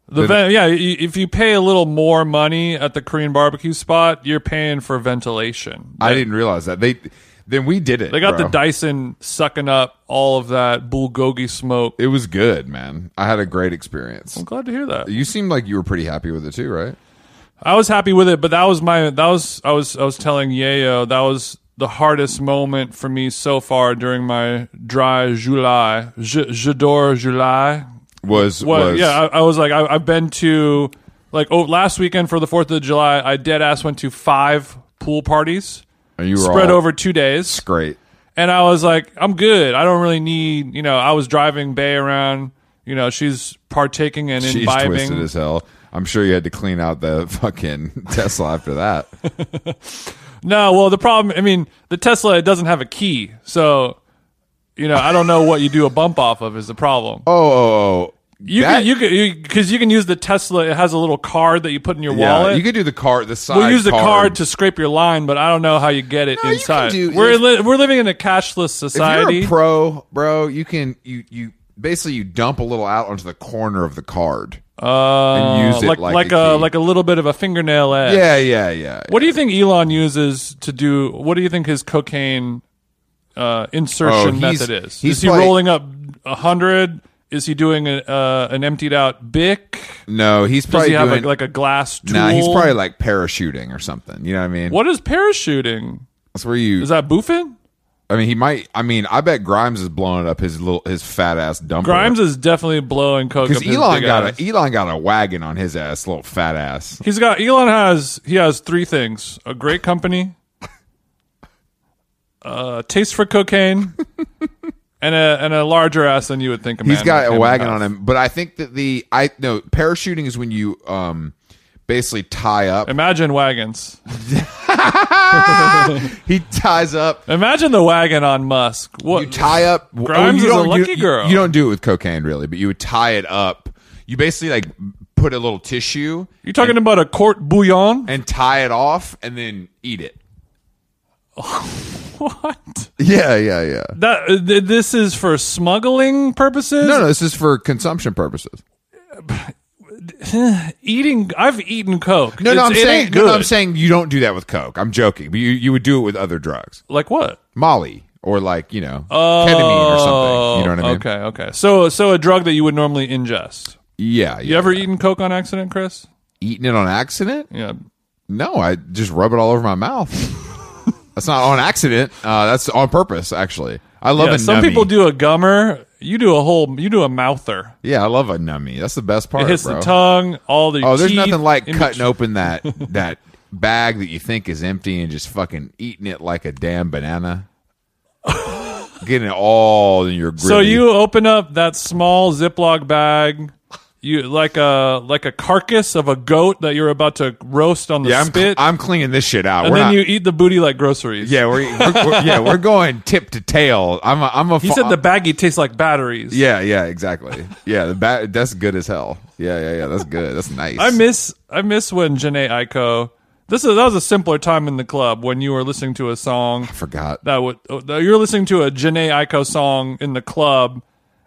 S1: The ven- yeah, y- if you pay a little more money at the Korean barbecue spot, you're paying for ventilation.
S2: I didn't realize that they. Then we did it.
S1: They got
S2: bro.
S1: the Dyson sucking up all of that bulgogi smoke.
S2: It was good, man. I had a great experience.
S1: I'm glad to hear that.
S2: You seemed like you were pretty happy with it too, right?
S1: I was happy with it, but that was my that was I was I was telling Yayo that was the hardest moment for me so far during my dry July. J- J'adore July.
S2: Was
S1: What?
S2: was
S1: Yeah, I, I was like I, I've been to like oh last weekend for the Fourth of July. I dead ass went to five pool parties
S2: and you were
S1: spread
S2: all-
S1: over two days.
S2: Great.
S1: And I was like, I'm good. I don't really need, you know, I was driving Bay around. You know, she's partaking and
S2: She's
S1: imbibing.
S2: twisted as hell. I'm sure you had to clean out the fucking Tesla after that. Oh,
S1: No, well, the problem, I mean, the Tesla it doesn't have a key. So, you know, I don't know what you do a bump off of is the problem.
S2: Oh, oh, oh.
S1: you,
S2: that-
S1: can, you can, you because you can use the Tesla. It has a little card that you put in your
S2: Yeah,
S1: wallet.
S2: you could do the card. The side.
S1: we'll use the
S2: card.
S1: card to scrape your line, but I don't know how you get it
S2: you can
S1: inside.
S2: do-
S1: we're
S2: if-
S1: li- we're living in a cashless
S2: If
S1: society.
S2: you're a pro, bro, you can you you basically you dump a little out onto the corner of the card.
S1: uh,
S2: and use it
S1: like
S2: like
S1: like
S2: a
S1: a,
S2: key.
S1: like a little bit of a fingernail edge.
S2: Yeah, yeah, yeah.
S1: What do you think Elon uses to do? What do you think his cocaine uh,
S2: Oh,
S1: insertion
S2: he's-
S1: method is?
S2: he's
S1: Is he
S2: probably-
S1: rolling up a hundred? Is he doing a, uh, an emptied out bic?
S2: No, he's
S1: Does
S2: probably
S1: he have
S2: doing,
S1: like, like a glass tool?
S2: Nah, he's probably like parachuting or something. You know what I mean?
S1: What is parachuting?
S2: That's where you.
S1: Is that boofing?
S2: I mean, he might. I mean, I bet Grimes is blowing up his little his fat ass dumper.
S1: Grimes is definitely blowing coke. up
S2: because
S1: his
S2: Elon
S1: big
S2: got
S1: ass.
S2: a Elon got a wagon on his ass, little fat ass.
S1: He's got Elon has he has three things: a great company, a taste for cocaine, and a and a larger ass than you would think. A
S2: He's
S1: man
S2: got
S1: like
S2: a
S1: him
S2: wagon
S1: has.
S2: on him, but I think that the I no parachuting is when you um basically tie up.
S1: Imagine wagons.
S2: He ties up
S1: Imagine the wagon on Musk. What?
S2: you tie up
S1: Grimes
S2: you
S1: is a
S2: don't- you-
S1: lucky girl.
S2: You, don't do it with cocaine really, but you would tie it up. You basically like put a little tissue
S1: you talking about a court bouillon?
S2: and tie it off and then eat it.
S1: What?
S2: Yeah, yeah, yeah.
S1: That uh, th- this is for smuggling purposes.
S2: No, no, this is for consumption purposes.
S1: Eating. I've eaten coke.
S2: No, no,
S1: It's-
S2: I'm
S1: it
S2: saying
S1: ain't
S2: no,
S1: good.
S2: no, I'm saying you don't do that with coke. I'm joking. But you, you would do it with other drugs.
S1: like what?
S2: Molly or like, you know, ketamine or something. You know what I mean?
S1: Oh, Okay, okay. So, so a drug that you would normally ingest.
S2: Yeah, yeah.
S1: You ever eaten coke on accident, Chris?
S2: Eating it on accident?
S1: Yeah.
S2: No, I just rub it all over my mouth. that's not on accident. Uh, that's on purpose, actually. I love
S1: yeah
S2: a
S1: some
S2: nummy.
S1: people do a gummer. You do a whole. You do a mouther.
S2: Yeah, I love a nummy. That's the best part,
S1: It hits
S2: bro.
S1: the tongue. All the
S2: oh, there's
S1: teeth,
S2: nothing like
S1: in
S2: cutting open that that bag that you think is empty and just fucking eating it like a damn banana. Getting it all in your gritty.
S1: So you open up that small Ziploc bag, you like a like a carcass of a goat that you're about to roast on the
S2: yeah, I'm
S1: spit,
S2: I'm cleaning this shit out.
S1: and
S2: we're
S1: then
S2: not,
S1: you eat the booty like groceries.
S2: yeah, we're, we're, we're- yeah, we're going tip to tail. I'm a, I'm a.
S1: he said the baggie tastes like batteries.
S2: yeah, yeah, exactly. Yeah, the ba- that's good as hell. Yeah, yeah, yeah, that's good. That's nice.
S1: I miss I miss when Janae Aiko This is that was a simpler time in the club when you were listening to a song
S2: I forgot.
S1: that would uh, you're listening to a Janae Aiko song in the club,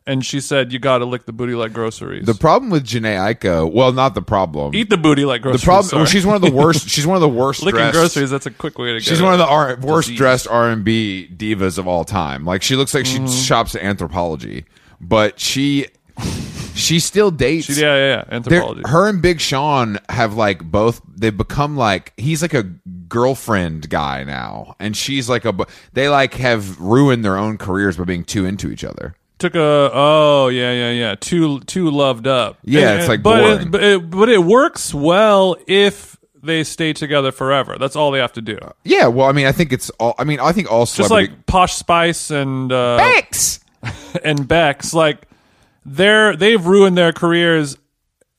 S1: and she said you got to lick the booty like groceries.
S2: The problem with Janae Aiko, well, not the problem.
S1: Eat the booty like groceries.
S2: the problem.
S1: sorry.
S2: well, she's one of the worst. She's one of the worst.
S1: licking
S2: dressed-
S1: groceries. That's a quick way to get.
S2: She's
S1: it.
S2: one of the R- worst dressed R and B divas of all time. Like she looks like she shops at anthropology, but she she still dates.
S1: yeah, yeah, yeah.
S2: They're-
S1: Anthropology.
S2: her and Big Sean have like both. They've become like he's like a girlfriend guy now, and she's like a. bu- They like have ruined their own careers by being too into each other.
S1: Took a oh yeah yeah yeah too too loved up.
S2: Yeah, it's, like,
S1: but
S2: boring.
S1: it, but it but it works well if they stay together forever. That's all they have to do.
S2: Yeah, well, I mean, I think it's all. I mean, I think all
S1: Just
S2: celebrity.
S1: like Posh Spice and uh,
S2: Thanks.
S1: and Bex, like they're they've ruined their careers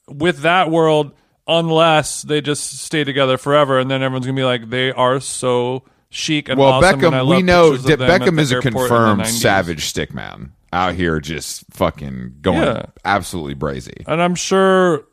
S1: with that world unless they just stay together forever, and then everyone's gonna be like, they are so chic and
S2: Well,
S1: awesome. and I
S2: Beckham,
S1: love
S2: we know
S1: pictures of
S2: that
S1: them at
S2: Beckham
S1: the
S2: is a
S1: airport in the
S2: confirmed
S1: 90s."
S2: savage stick man out here, just fucking going
S1: Yeah.
S2: absolutely brazy.
S1: and I'm sure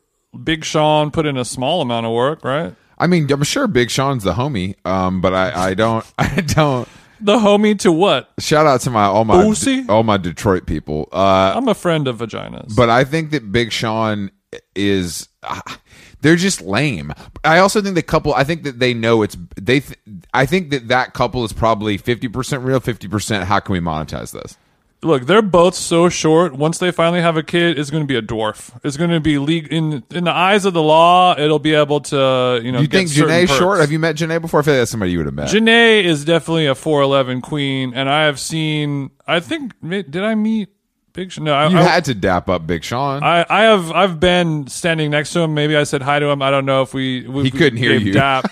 S1: Big Sean put in a small amount of work, right?
S2: I mean, I'm sure Big Sean's the homie, um, but I, I don't, I don't.
S1: The homie to what?
S2: Shout out to my all my
S1: Boosie?
S2: all my Detroit people. Uh,
S1: I'm a friend of vaginas.
S2: but I think that Big Sean is. ah, They're just lame. I also think the couple. I think that they know it's. They. Th- I think that that couple is probably fifty percent real, fifty percent. How can we monetize this?
S1: Look, they're both so short. Once they finally have a kid, it's going to be a dwarf. It's going to be league in in the eyes of the law. It'll be able to you know.
S2: You
S1: get
S2: think
S1: certain
S2: Janae
S1: perks.
S2: Short? Have you met Janae before? I feel like that's somebody you would have met.
S1: Janae is definitely a 411 queen, and I have seen. I think ma- did I meet Big Sean? No, I,
S2: you
S1: I,
S2: had to dap up Big Sean.
S1: I, I have I've been standing next to him. Maybe I said hi to him. I don't know if we, we
S2: He couldn't hear
S1: gave
S2: you.
S1: dap.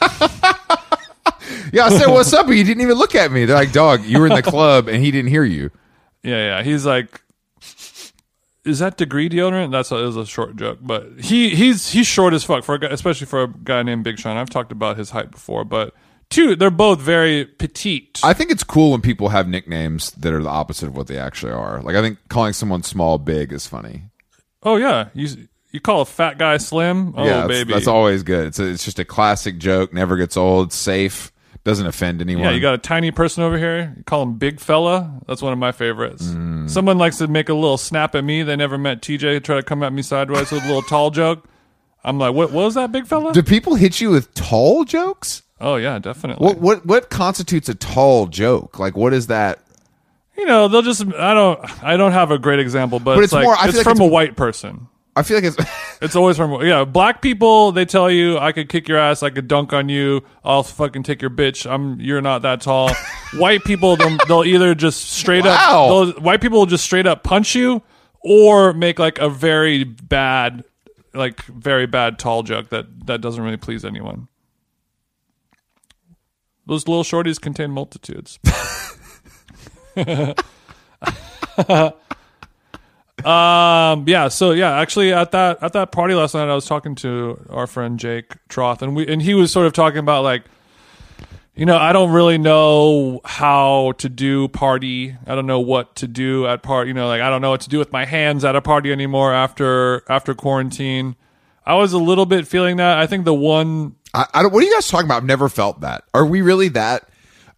S2: yeah, I said, "What's up?" But you didn't even look at me. They're like, "Dog, you were in the club and he didn't hear you."
S1: Yeah, yeah. He's like, is that degree deodorant? That's a, it was a short joke, but he he's he's short as fuck for a guy, especially for a guy named Big Sean. I've talked about his height before, but two, they're both very petite.
S2: I think it's cool when people have nicknames that are the opposite of what they actually are. Like, I think calling someone small big is funny.
S1: oh yeah, you you call a fat guy slim? Oh
S2: yeah, that's-
S1: baby,
S2: that's always good. It's a, it's just a classic joke. Never gets old. Safe. Doesn't offend anyone.
S1: Yeah, you got a tiny person over here. You call him Big Fella. That's one of my favorites.
S2: Mm.
S1: Someone likes to make a little snap at me. They never met TJ. Try to come at me sideways with a little tall joke. I'm like, what, what was that, Big Fella?
S2: Do people hit you with tall jokes?
S1: oh, yeah, definitely.
S2: What what what constitutes a tall joke? Like, what is that?
S1: you know, they'll just, I don't, I don't have a great example, but,
S2: But
S1: it's,
S2: it's
S1: like,
S2: more- I
S1: it's
S2: feel like
S1: from
S2: it's-
S1: a white person.
S2: I feel like it's.
S1: It's always from, yeah, black people, they tell you, I could kick your ass, I could dunk on you, I'll fucking take your bitch, I'm, you're not that tall. white people, they'll, they'll either just straight
S2: Wow.
S1: up, they'll, white people will just straight up punch you or make like a very bad, like very bad tall joke that, that doesn't really please anyone. Those little shorties contain multitudes. Um, yeah. So yeah, actually, at that at that party last night, I was talking to our friend Jake Troth, and we and he was sort of talking about like, you know, I don't really know how to do party. I don't know what to do at party. You know, like I don't know what to do with my hands at a party anymore after after quarantine. I was a little bit feeling that. I think the one
S2: I, I don't, what are you guys talking about? I've never felt that. Are we really that?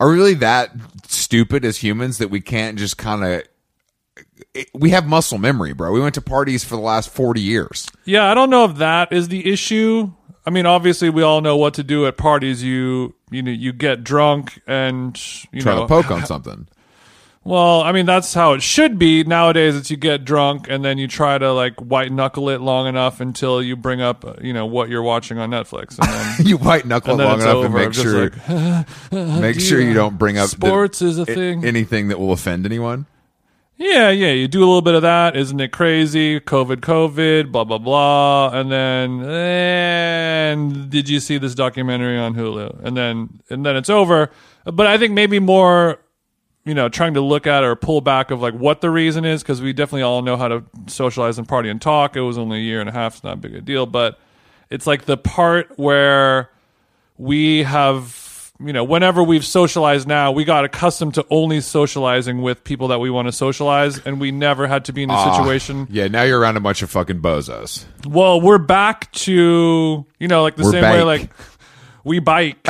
S2: Are we really that stupid as humans that we can't just kind of? We have muscle memory, bro. We went to parties for the last forty years.
S1: Yeah, I don't know if that is the issue. I mean, obviously, we all know what to do at parties. You you know you get drunk and you
S2: Trying
S1: know
S2: to poke on something.
S1: Well, I mean, that's how it should be nowadays. It's you get drunk and then you try to like white knuckle it long enough until you bring up uh, you know what you're watching on Netflix and then.
S2: you white knuckle
S1: And
S2: it
S1: then
S2: long
S1: it's
S2: enough and
S1: over. I'm
S2: make
S1: just
S2: sure make sure you don't bring up that-
S1: Sports is a
S2: a-
S1: thing.
S2: anything that will offend anyone.
S1: Yeah, yeah, you do a little bit of that. Isn't it crazy? COVID, COVID, blah blah blah, and then and did you see this documentary on Hulu? And then and then it's over. But I think maybe more, you know, trying to look at or pull back of like what the reason is because we definitely all know how to socialize and party and talk. It was only a year and a half; it's not a big a deal, but it's like the part where we have you know whenever we've socialized now we got accustomed to only socializing with people that we want to socialize and we never had to be in a situation
S2: Yeah, now you're around a bunch of fucking bozos.
S1: well we're back to you know like the
S2: We're
S1: same way
S2: back.
S1: like we bike,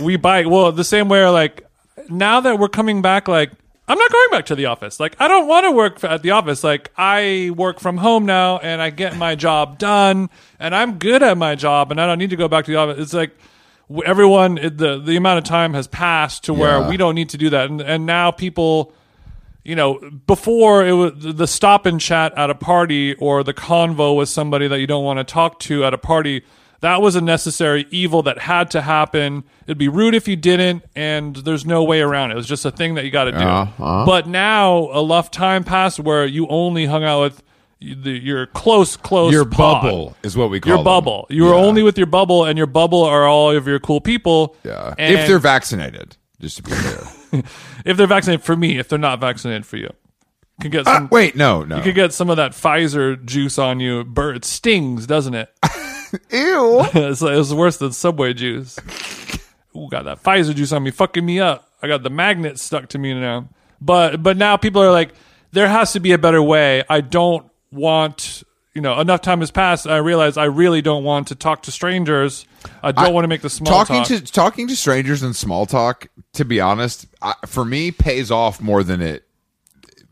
S1: we bike. Well, the same way, like now that we're coming back, like I'm not going back to the office. Like I don't want to work at the office. Like I work from home now, and I get my job done, and I'm good at my job, and I don't need to go back to the office. It's like w- everyone, it- the the amount of time has passed to where
S2: Yeah.
S1: we don't need to do that, and and now people you know, before it was the stop and chat at a party or the convo with somebody that you don't want to talk to at a party. That was a necessary evil that had to happen. It'd be rude if you didn't, and there's no way around it. It was just a thing that you got to do.
S2: Uh-huh.
S1: But now, enough time passed where you only hung out with the, your close, close
S2: Your
S1: pod.
S2: bubble is what we call
S1: Your
S2: them.
S1: bubble. You were
S2: Yeah.
S1: only with your bubble, and your bubble are all of your cool people.
S2: Yeah.
S1: And
S2: if they're vaccinated, just to be clear.
S1: if they're vaccinated for me, if they're not vaccinated for you, can get some.
S2: Wait, no, no.
S1: You could get some of that Pfizer juice on you. Bird, it stings, doesn't it?
S2: Ew.
S1: it's, like- it's worse than Subway juice. Ooh, got that Pfizer juice on me, fucking me up. I got the magnet stuck to me now. But but now people are like, there has to be a better way. I don't want. You know, enough time has passed. I realize I really don't want to talk to strangers. I don't want to make the small
S2: talking
S1: talk.
S2: to talking to strangers and small talk. To be honest, I, for me, pays off more than it.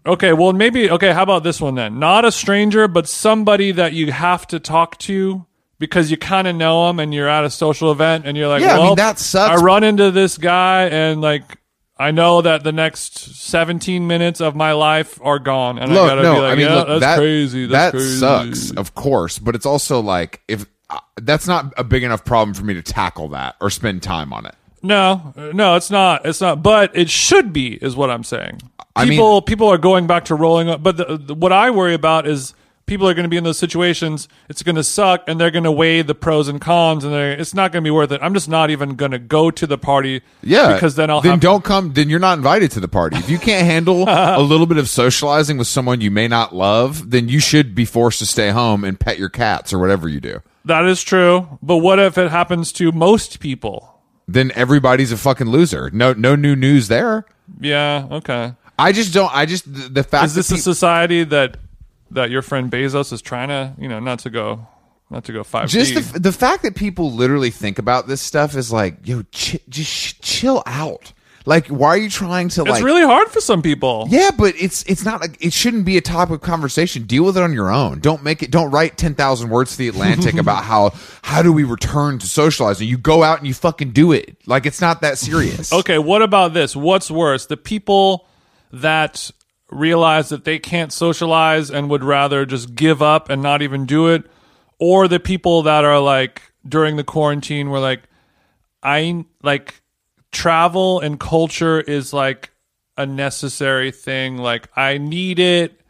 S1: Okay, well, maybe. Okay, how about this one then? Not a stranger, but somebody that you have to talk to because you kind of know them and you're at a social event and you're like,
S2: Yeah, I mean,
S1: well,
S2: that sucks."
S1: I run into this guy and like, I know that the next 17 minutes of my life are gone. And I
S2: Look,
S1: gotta
S2: no,
S1: be like,
S2: I mean,
S1: yeah,
S2: look,
S1: that's
S2: that,
S1: crazy. That's
S2: that
S1: crazy.
S2: sucks, of course, but it's also like if uh, that's not a big enough problem for me to tackle that or spend time on it.
S1: No, uh, no, it's not. It's not. But it should be, is what I'm saying.
S2: I mean-
S1: people, people are going back to rolling up. But the, the, what I worry about is people are going to be in those situations. It's going to suck, and they're going to weigh the pros and cons, and they're, it's not going to be worth it. I'm just not even going to go to the party.
S2: Yeah,
S1: because then I'll
S2: then
S1: have.
S2: don't come. Then you're not invited to the party. If you can't handle a little bit of socializing with someone you may not love, then you should be forced to stay home and pet your cats or whatever you do.
S1: that is true. But what if it happens to most people?
S2: Then everybody's a fucking loser. No, no new news there.
S1: Yeah. Okay.
S2: I just don't. I just the, the fact
S1: Is this
S2: that
S1: a society that that your friend Bezos is trying to, you know, not to go, not to go five?
S2: just the, f- the fact that people literally think about this stuff is like, yo, ch- just sh- chill out. Like, why are you trying to
S1: it's
S2: like?
S1: really hard for some people.
S2: yeah, but it's it's not like it shouldn't be a topic of conversation. Deal with it on your own. Don't make it. Don't write ten thousand words to the Atlantic about how how do we return to socializing. You go out and you fucking do it. Like it's not that serious.
S1: Okay, what about this? What's worse? The people that realize that they can't socialize and would rather just give up and not even do it, or the people that are like during the quarantine were like, I like travel and culture is like a necessary thing. Like I need it.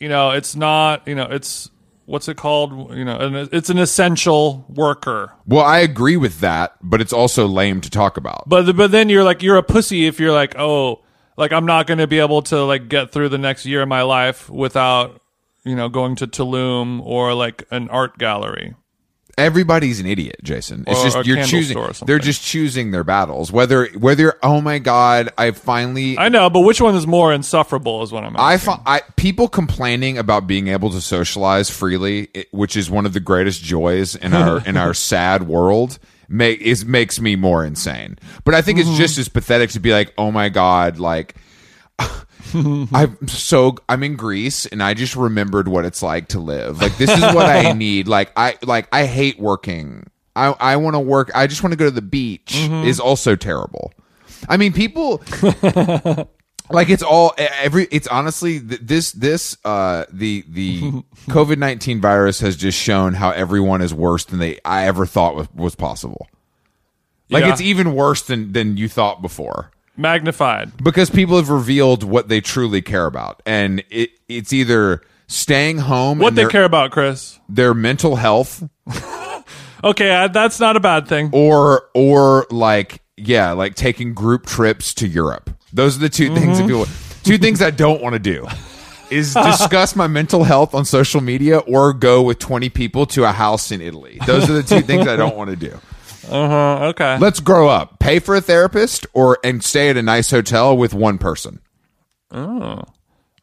S1: You know, it's not, you know, it's what's it called? You know, an, it's an essential worker.
S2: Well, I agree with that, but it's also lame to talk about.
S1: But but then you're like you're a pussy if you're like oh like I'm not going to be able to like get through the next year of my life without you know going to Tulum or like an art gallery.
S2: everybody's an idiot, Jason. It's
S1: Or a
S2: just you're
S1: candle
S2: choosing.
S1: store or something.
S2: They're just choosing their battles. Whether whether oh my god, I finally
S1: I know, but which one is more insufferable is what I'm.
S2: I,
S1: asking.
S2: fi- I people complaining about being able to socialize freely, it, which is one of the greatest joys in our in our sad world, make is makes me more insane. But I think it's just as pathetic to be like, oh my god, like. I'm so I'm in Greece and I just remembered what it's like to live. Like this is what I need. Like I like I hate working. I I want to work. I just want to go to the beach. Is also terrible. I mean, people like it's all e, every it's honestly th- this this uh the the covid-19 virus has just shown how everyone is worse than they i ever thought was, was possible like
S1: Yeah.
S2: it's even worse than than you thought before
S1: Magnified.
S2: because people have revealed what they truly care about and it it's either staying home
S1: What
S2: and
S1: they
S2: their,
S1: care about, Chris?
S2: their mental health
S1: Okay, I, that's not a bad thing.
S2: or or like yeah like taking group trips to europe those are the 2 things if you two things i don't want to do is discuss my mental health on social media or go with 20 people to a house in italy those are the two things i don't want to do
S1: Uh, okay.
S2: let's grow up pay for a therapist or and stay at a nice hotel with one person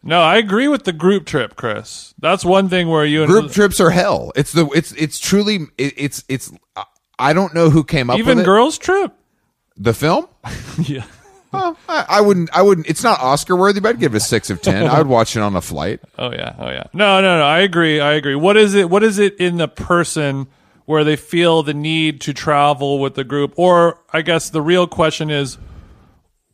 S1: No, I agree with the group trip, Chris. That's one thing where you and
S2: group trips are hell it's the it's it's truly it, it's it's I- I don't know who came up
S1: Even
S2: with it.
S1: Girls Trip.
S2: the film.
S1: yeah.
S2: Oh, I, I wouldn't. I wouldn't. It's not Oscar worthy, but I'd give it a six of ten. I would watch it on a flight.
S1: Oh yeah. Oh yeah. No, no, no. I agree. I agree. What is it? What is it in the person where they feel the need to travel with the group? Or I guess the real question is,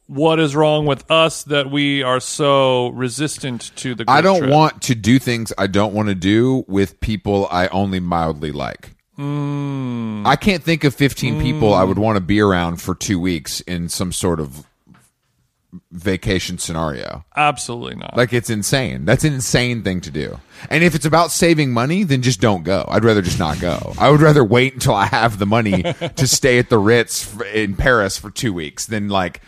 S1: what is wrong with us that we are so resistant to the? Group
S2: I don't
S1: trip?
S2: want to do things I don't want to do with people I only mildly like. I can't think of 15 people I would want to be around for two weeks in some sort of vacation scenario.
S1: Absolutely not.
S2: Like, it's insane. That's an insane thing to do. And if it's about saving money, then just don't go. I'd rather just not go. I would rather wait until I have the money to stay at the Ritz f- in Paris for two weeks than like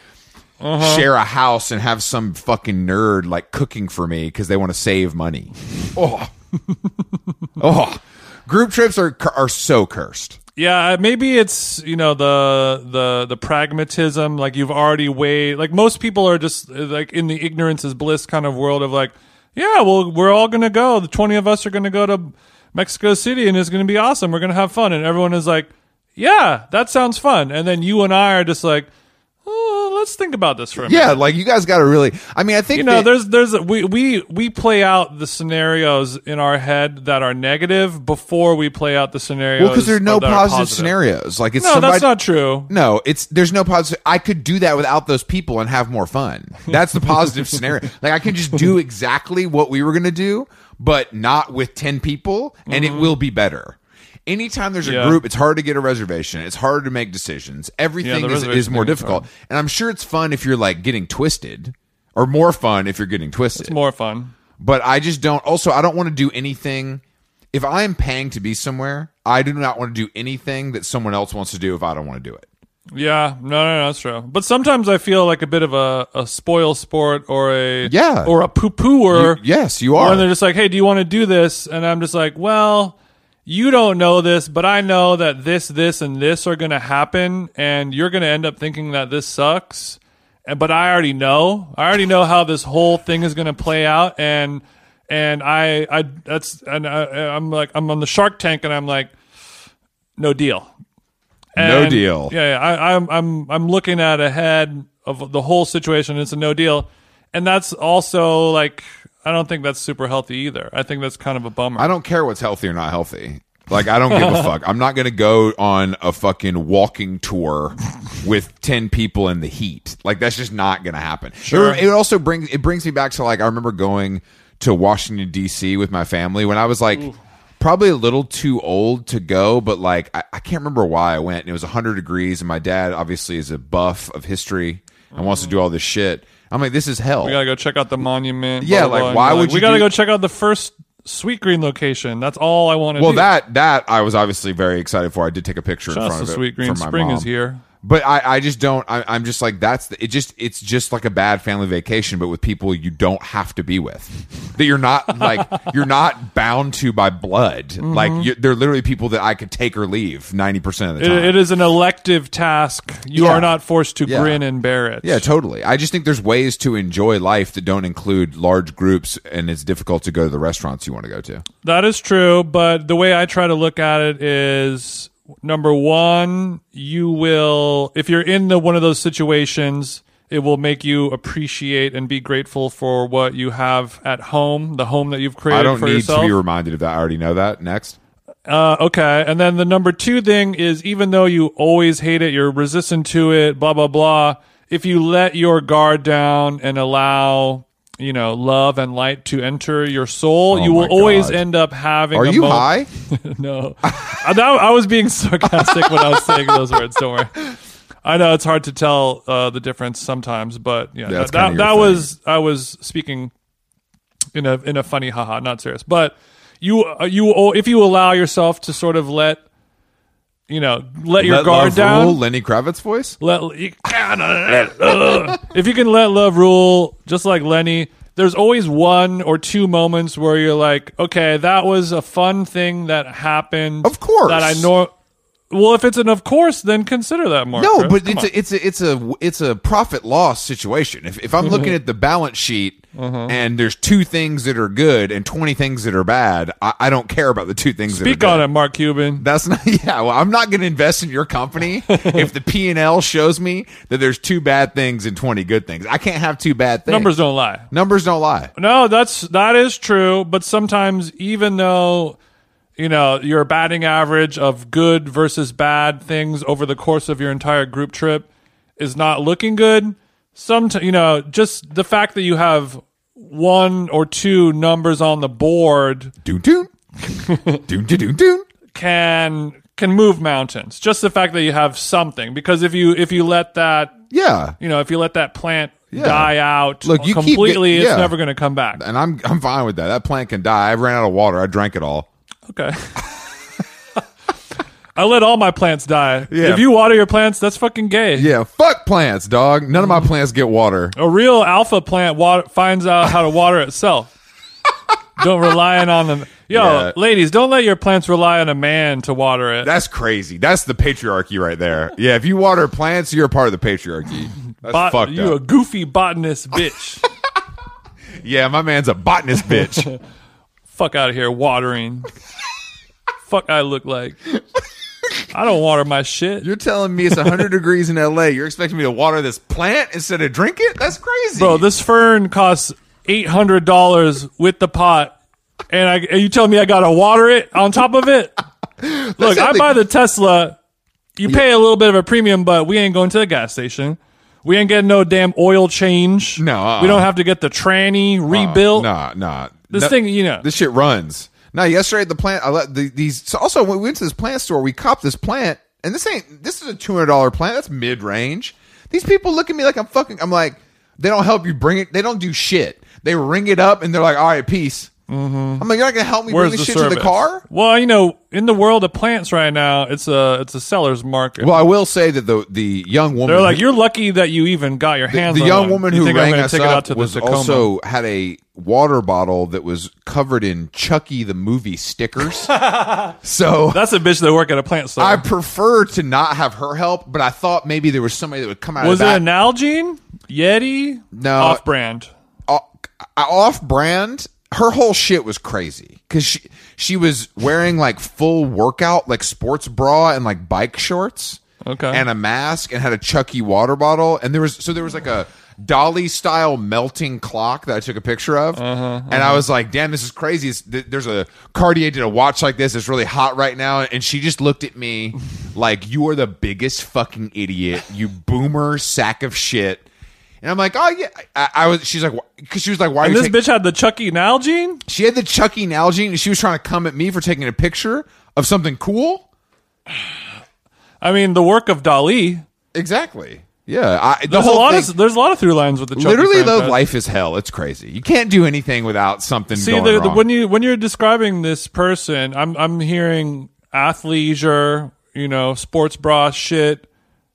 S1: Uh-huh.
S2: share a house and have some fucking nerd like cooking for me because they want to save money. Oh, oh, group trips are cur- are so cursed.
S1: Yeah, uh, maybe it's you know the the the pragmatism. Like you've already weighed. Like most people are just uh, like in the ignorance is bliss kind of world of like, yeah, well, we're all gonna go. The twenty of us are gonna go to Mexico City, and it's gonna be awesome. We're gonna have fun, and everyone is like, yeah, that sounds fun. And then you and I are just like, oh, let's think about this for a minute.
S2: Yeah, like you guys got to really. I mean, I think
S1: You know,
S2: that-
S1: there's there's we we we play out the scenarios in our head that are negative before we play out the scenarios.
S2: well because there are no
S1: that
S2: positive,
S1: positive.
S2: scenarios. Like it's
S1: No,
S2: somebody,
S1: that's not true.
S2: No, it's there's no positive. I could do that without those people and have more fun. That's the positive scenario. Like I can just do exactly what we were going to do, but not with ten people, and it will be better. Anytime there's a
S1: Mm-hmm. Yeah.
S2: group, it's hard to get a reservation. It's hard to make decisions. Everything is, is
S1: reservation
S2: more
S1: thing is
S2: difficult, and I'm sure it's fun if you're like getting twisted, or more fun if you're getting twisted
S1: It's more fun.
S2: but I just don't. Also, I don't want to do anything. If I am paying to be somewhere, I do not want to do anything that someone else wants to do if I don't want to do it.
S1: Yeah, no, no, no, that's true. But sometimes I feel like a bit of a, a spoil sport or a
S2: Yeah.
S1: or a poo pooer.
S2: Yes, you
S1: When they're
S2: are.
S1: just like, hey, do you want to do this? And I'm just like, well, you don't know this, but I know that this, this, and this are going to happen, and you're going to end up thinking that this sucks. And but I already know. I already know how this whole thing is going to play out, and and I I that's and I, I'm like I'm on the Shark Tank, and I'm like, no deal.
S2: No
S1: And-
S2: deal.
S1: Yeah, yeah. I, I'm I'm I'm looking at ahead of the whole situation. It's a no deal, and that's also like I don't think that's super healthy either. I think that's kind of a bummer.
S2: I don't care what's healthy or not healthy. Like I don't give a fuck. I'm not going to go on a fucking walking tour with 10 people in the heat. Like that's just not going to happen. Sure. It, it also brings it brings me back to like I remember going to Washington D.C. with my family when I was like probably a little too old to go, but like I, I can't remember why I went. And it was 100 degrees, and my dad obviously is a buff of history and wants to do all this shit. I'm like, this is hell.
S1: we gotta go check out the monument.
S2: Yeah,
S1: blah, blah,
S2: like,
S1: blah, and
S2: why
S1: you're
S2: would
S1: we
S2: you
S1: gotta
S2: do-
S1: go check out the first Sweet Green location? That's all I want to
S2: Well,
S1: do.
S2: that that I was obviously very excited for. I did take a picture in front
S1: that's
S2: of
S1: the
S2: it
S1: Sweet Green
S2: from my
S1: Spring
S2: mom.
S1: is here.
S2: But I, I just don't. I, I'm just like that's the, it. Just it's just like a bad family vacation, but with people you don't have to be with, that you're not like you're not bound to by blood.
S1: Mm-hmm.
S2: Like you, they're literally people that I could take or leave ninety percent of the
S1: It,
S2: time.
S1: it is an elective task. You
S2: Yeah.
S1: are not forced to
S2: Yeah.
S1: grin and bear it.
S2: yeah, totally. I just think there's ways to enjoy life that don't include large groups, and it's difficult to go to the restaurants you want to go to.
S1: That is true, but the way I try to look at it is number 1, you will if you're in the one of those situations, it will make you appreciate and be grateful for what you have at home, the home that you've created
S2: I don't
S1: for
S2: need
S1: yourself.
S2: to be reminded of that. I already know that. Next.
S1: Uh, okay. And then the number two thing is even though you always hate it, you're resistant to it, blah, blah, blah. If you let your guard down and allow, you know, love and light to enter your soul, you
S2: Oh my
S1: will always
S2: God.
S1: end up having.
S2: Are
S1: a
S2: you
S1: mo-
S2: high?
S1: no. I, that- I was being sarcastic when I was saying those words. Don't worry. I know it's hard to tell uh, the difference sometimes, but yeah,
S2: That's
S1: that, that,
S2: kinda
S1: that
S2: your thing.
S1: was I was speaking in a in a funny haha, not serious. But you uh, you if you allow yourself to sort of let you know let your
S2: Let
S1: guard
S2: love
S1: down,
S2: rule, Lenny Kravitz voice.
S1: let you kinda let- ugh. if you can let love rule, just like Lenny. There's always one or two moments where you're like, okay, that was a fun thing that happened.
S2: Of course.
S1: that I know. Well, if it's an of course, then consider that mark.
S2: No,
S1: Chris.
S2: but
S1: Come
S2: it's
S1: on.
S2: a, it's a it's a it's a profit loss situation. If if I'm
S1: Mm-hmm.
S2: looking at the balance sheet and there's two things that are good and twenty things that are bad, I, I don't care about the two things.
S1: speak
S2: that are
S1: on
S2: good.
S1: it, Mark Cuban.
S2: That's not. Yeah, well, I'm not going to invest in your company if the P and L shows me that there's two bad things and twenty good things. I can't have two bad things.
S1: Numbers don't lie.
S2: Numbers don't lie.
S1: No, that's that is true. But sometimes, even though you know your batting average of good versus bad things over the course of your entire group trip is not looking good, some you know just the fact that you have one or two numbers on the board
S2: Doon doon. doon doon doon doon.
S1: can can move mountains. Just the fact that you have something, because if you if you let that
S2: Yeah.
S1: you know if you let that plant die out
S2: Look, you keep get-
S1: completely,
S2: yeah.
S1: it's never going to come back.
S2: And I'm I'm fine with that. That plant can die. I ran out of water. I drank it all.
S1: Okay. I let all my plants die.
S2: Yeah.
S1: If you water your plants, that's fucking gay.
S2: Yeah, fuck plants, dog. None of
S1: Mm-hmm.
S2: my plants get water.
S1: A real alpha plant water, finds out how to water itself. don't rely on them. Yo,
S2: Yeah.
S1: ladies, don't let your plants rely on a man to water it.
S2: That's crazy. That's the patriarchy right there. Yeah, if you water plants, you're a part of the patriarchy. That's
S1: Bot-
S2: fucked
S1: you a
S2: up.
S1: goofy botanist bitch.
S2: Yeah, my man's a botanist bitch.
S1: Fuck out of here watering. Fuck I look like. I don't water my shit.
S2: you're telling me it's 100 degrees in LA. You're expecting me to water this plant instead of drink it? That's crazy.
S1: Bro, this fern costs eight hundred dollars with the pot, and I and you tell me I gotta water it on top of it. Look, I
S2: something-
S1: buy the Tesla. You pay a little bit of a premium, but we ain't going to the gas station. We ain't getting no damn oil change.
S2: No, uh-uh.
S1: we don't have to get the tranny rebuilt.
S2: Nah, nah.
S1: This
S2: No-
S1: thing, you know,
S2: This shit runs. Now, yesterday at the plant, I let the, these. So also, when we went to this plant store, we copped this plant, and this ain't. This is a two hundred dollar plant. That's mid range. These people look at me like I'm fucking. I'm like, they don't help you bring it. They don't do shit. They ring it up, and they're like, all right, peace. Mm-hmm. I'm like, you're not gonna help me
S1: where's
S2: bring
S1: the
S2: this shit
S1: service?
S2: to the car.
S1: Well, you know, in the world of plants right now, it's a it's a seller's market.
S2: Well, I will say that the the young woman
S1: They're
S2: who-
S1: like, you're lucky that you even got your hands.
S2: the
S1: on
S2: young
S1: one.
S2: woman
S1: You
S2: who
S1: think I'm
S2: rang
S1: gonna
S2: us
S1: take it
S2: up
S1: out to the
S2: was
S1: Tacoma?
S2: also had a water bottle that was covered in Chucky the movie stickers. so
S1: That's a bitch that work at a plant store.
S2: I prefer to not have her help, but I thought maybe there was somebody that would come out
S1: Was
S2: of
S1: it
S2: that
S1: an Nalgene? Yeti?
S2: No.
S1: Off brand.
S2: off brand. Her whole shit was crazy because she she was wearing like full workout, like sports bra and like bike shorts,
S1: Okay.
S2: and a mask, and had a Chucky water bottle, and there was so there was like a dolly style melting clock that I took a picture of,
S1: Uh-huh,
S2: and I was like, damn, this is crazy. It's, th- there's a Cartier did a watch like this. It's really hot right now, and she just looked at me like you are the biggest fucking idiot, you boomer sack of shit. And I'm like, oh yeah, I, I was. She's like, because she was like, why are
S1: And
S2: you
S1: this
S2: taking-
S1: bitch had the Chucky Nalgene?
S2: she had the Chucky Nalgene and she was trying to come at me for taking a picture of something cool.
S1: I mean, the work of Dali.
S2: Exactly. Yeah. I, the
S1: There's a
S2: whole
S1: lot
S2: thing,
S1: of there's a lot of through lines with the Chucky
S2: literally though,
S1: franchise.
S2: life is hell. It's crazy. You can't do anything without something
S1: See,
S2: going
S1: the, the,
S2: wrong.
S1: when you when you're describing this person, I'm I'm hearing athleisure, you know, sports bra shit.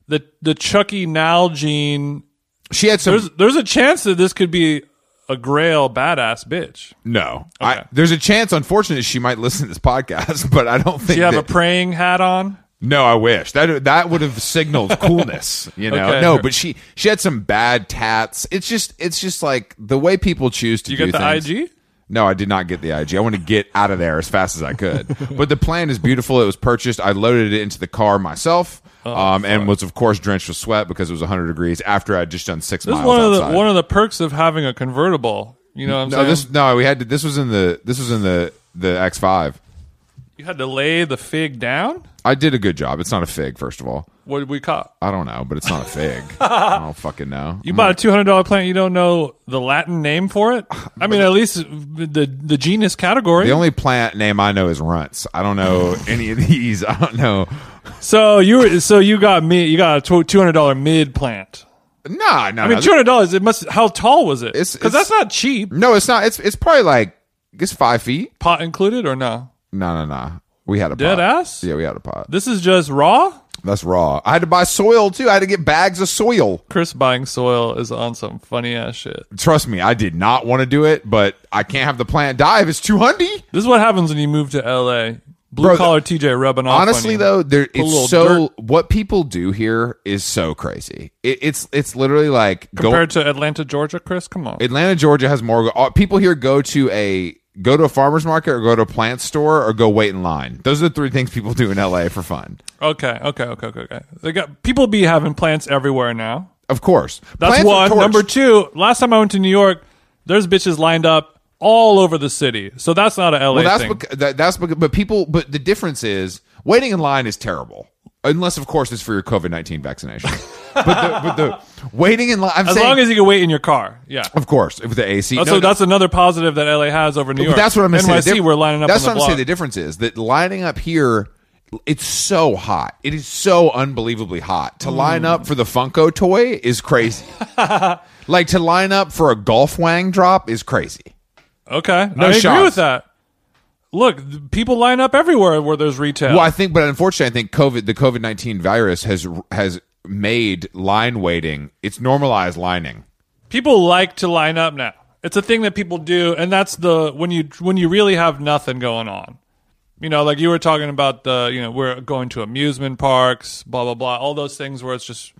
S1: The the Chucky Nalgene.
S2: she had some.
S1: There's there's a chance that this could be a Grail badass bitch.
S2: no, I, there's a chance. Unfortunately, she might listen to this podcast, but I don't think.
S1: Do you have a
S2: that-
S1: praying hat on?
S2: No, I wish that that would have signaled coolness, you know.
S1: Okay.
S2: No, but she she had some bad tats. It's just it's just like the way people choose to
S1: You
S2: do
S1: get the
S2: things.
S1: IG?
S2: No, I did not get the IG. I want to get out of there as fast as I could. but the plant is beautiful. It was purchased. I loaded it into the car myself,
S1: Oh,
S2: um, and was of course drenched with sweat because it was 100 degrees after I'd just done six
S1: This is
S2: miles
S1: one of
S2: outside.
S1: the one of the perks of having a convertible. You know what I'm
S2: no,
S1: saying?
S2: this no, we had to, this was in the this was in the the X5.
S1: you had to lay the fig down.
S2: I did a good job. It's not a fig, first of all.
S1: What did we call?
S2: I don't know, but it's not a fig. I don't fucking know.
S1: You bought a two hundred dollar plant. You don't know the Latin name for it. I mean, at least the the genus category.
S2: The only plant name I know is runts. I don't know any of these. I don't know.
S1: so you were, so you got me. You got a two hundred dollar mid plant.
S2: Nah, no,
S1: I mean, two hundred dollars. It must. How tall was it?
S2: It's-
S1: Because
S2: it's-
S1: that's not cheap.
S2: no, it's not. It's it's probably like it's five feet.
S1: Pot included or no?
S2: No, no, no. We had a
S1: Dead
S2: pot.
S1: ass.
S2: Yeah, we had a pot.
S1: This is just raw.
S2: That's raw. I had to buy soil too. I had to get bags of soil.
S1: Chris buying soil is on some funny ass shit.
S2: Trust me, I did not want to do it, but I can't have the plant die if it's too hundy.
S1: This is what happens when you move to LA. Blue collar TJ rubbing off. on
S2: honestly
S1: you.
S2: though there
S1: a little
S2: it's so what people do here is so crazy it, it's it's literally like go,
S1: compared to Atlanta, Georgia, Chris, come on.
S2: atlanta georgia has more uh, people here go to a go to a farmer's market or go to a plant store or go wait in line those are the three things people do in la for fun
S1: okay, okay, okay, okay, okay. They got people be having plants everywhere now.
S2: of course
S1: That's
S2: Plants are
S1: one.
S2: torched.
S1: Number two, last time I went to New York, there's bitches lined up all over the city. So that's not a LA
S2: Well, that's
S1: thing.
S2: becau- that, that's because, but people, but the difference is waiting in line is terrible, unless of course it's for your COVID nineteen vaccination. but, the, but the waiting in line, I'm
S1: as
S2: saying,
S1: long as you can wait in your car. Yeah.
S2: of course, with the AC.
S1: so that's another positive that LA has over New York.
S2: but that's what I'm
S1: NYC,
S2: saying. the diff-
S1: we're lining up.
S2: That's
S1: on
S2: what
S1: the
S2: I'm saying.
S1: block.
S2: The difference is that lining up here, it's so hot. It is so unbelievably hot. To line up
S1: Mm.
S2: for the Funko toy is crazy. like to line up for a golf wang drop is crazy.
S1: Okay, I agree
S2: shots.
S1: with that. Look, th- people line up everywhere where there's retail.
S2: Well, I think, but unfortunately, I think COVID, the COVID nineteen virus has has made line waiting. It's normalized lining.
S1: People like to line up now. It's a thing that people do, and that's the when you when you really have nothing going on. You know, like you were talking about the you know we're going to amusement parks, blah blah blah, all those things where it's just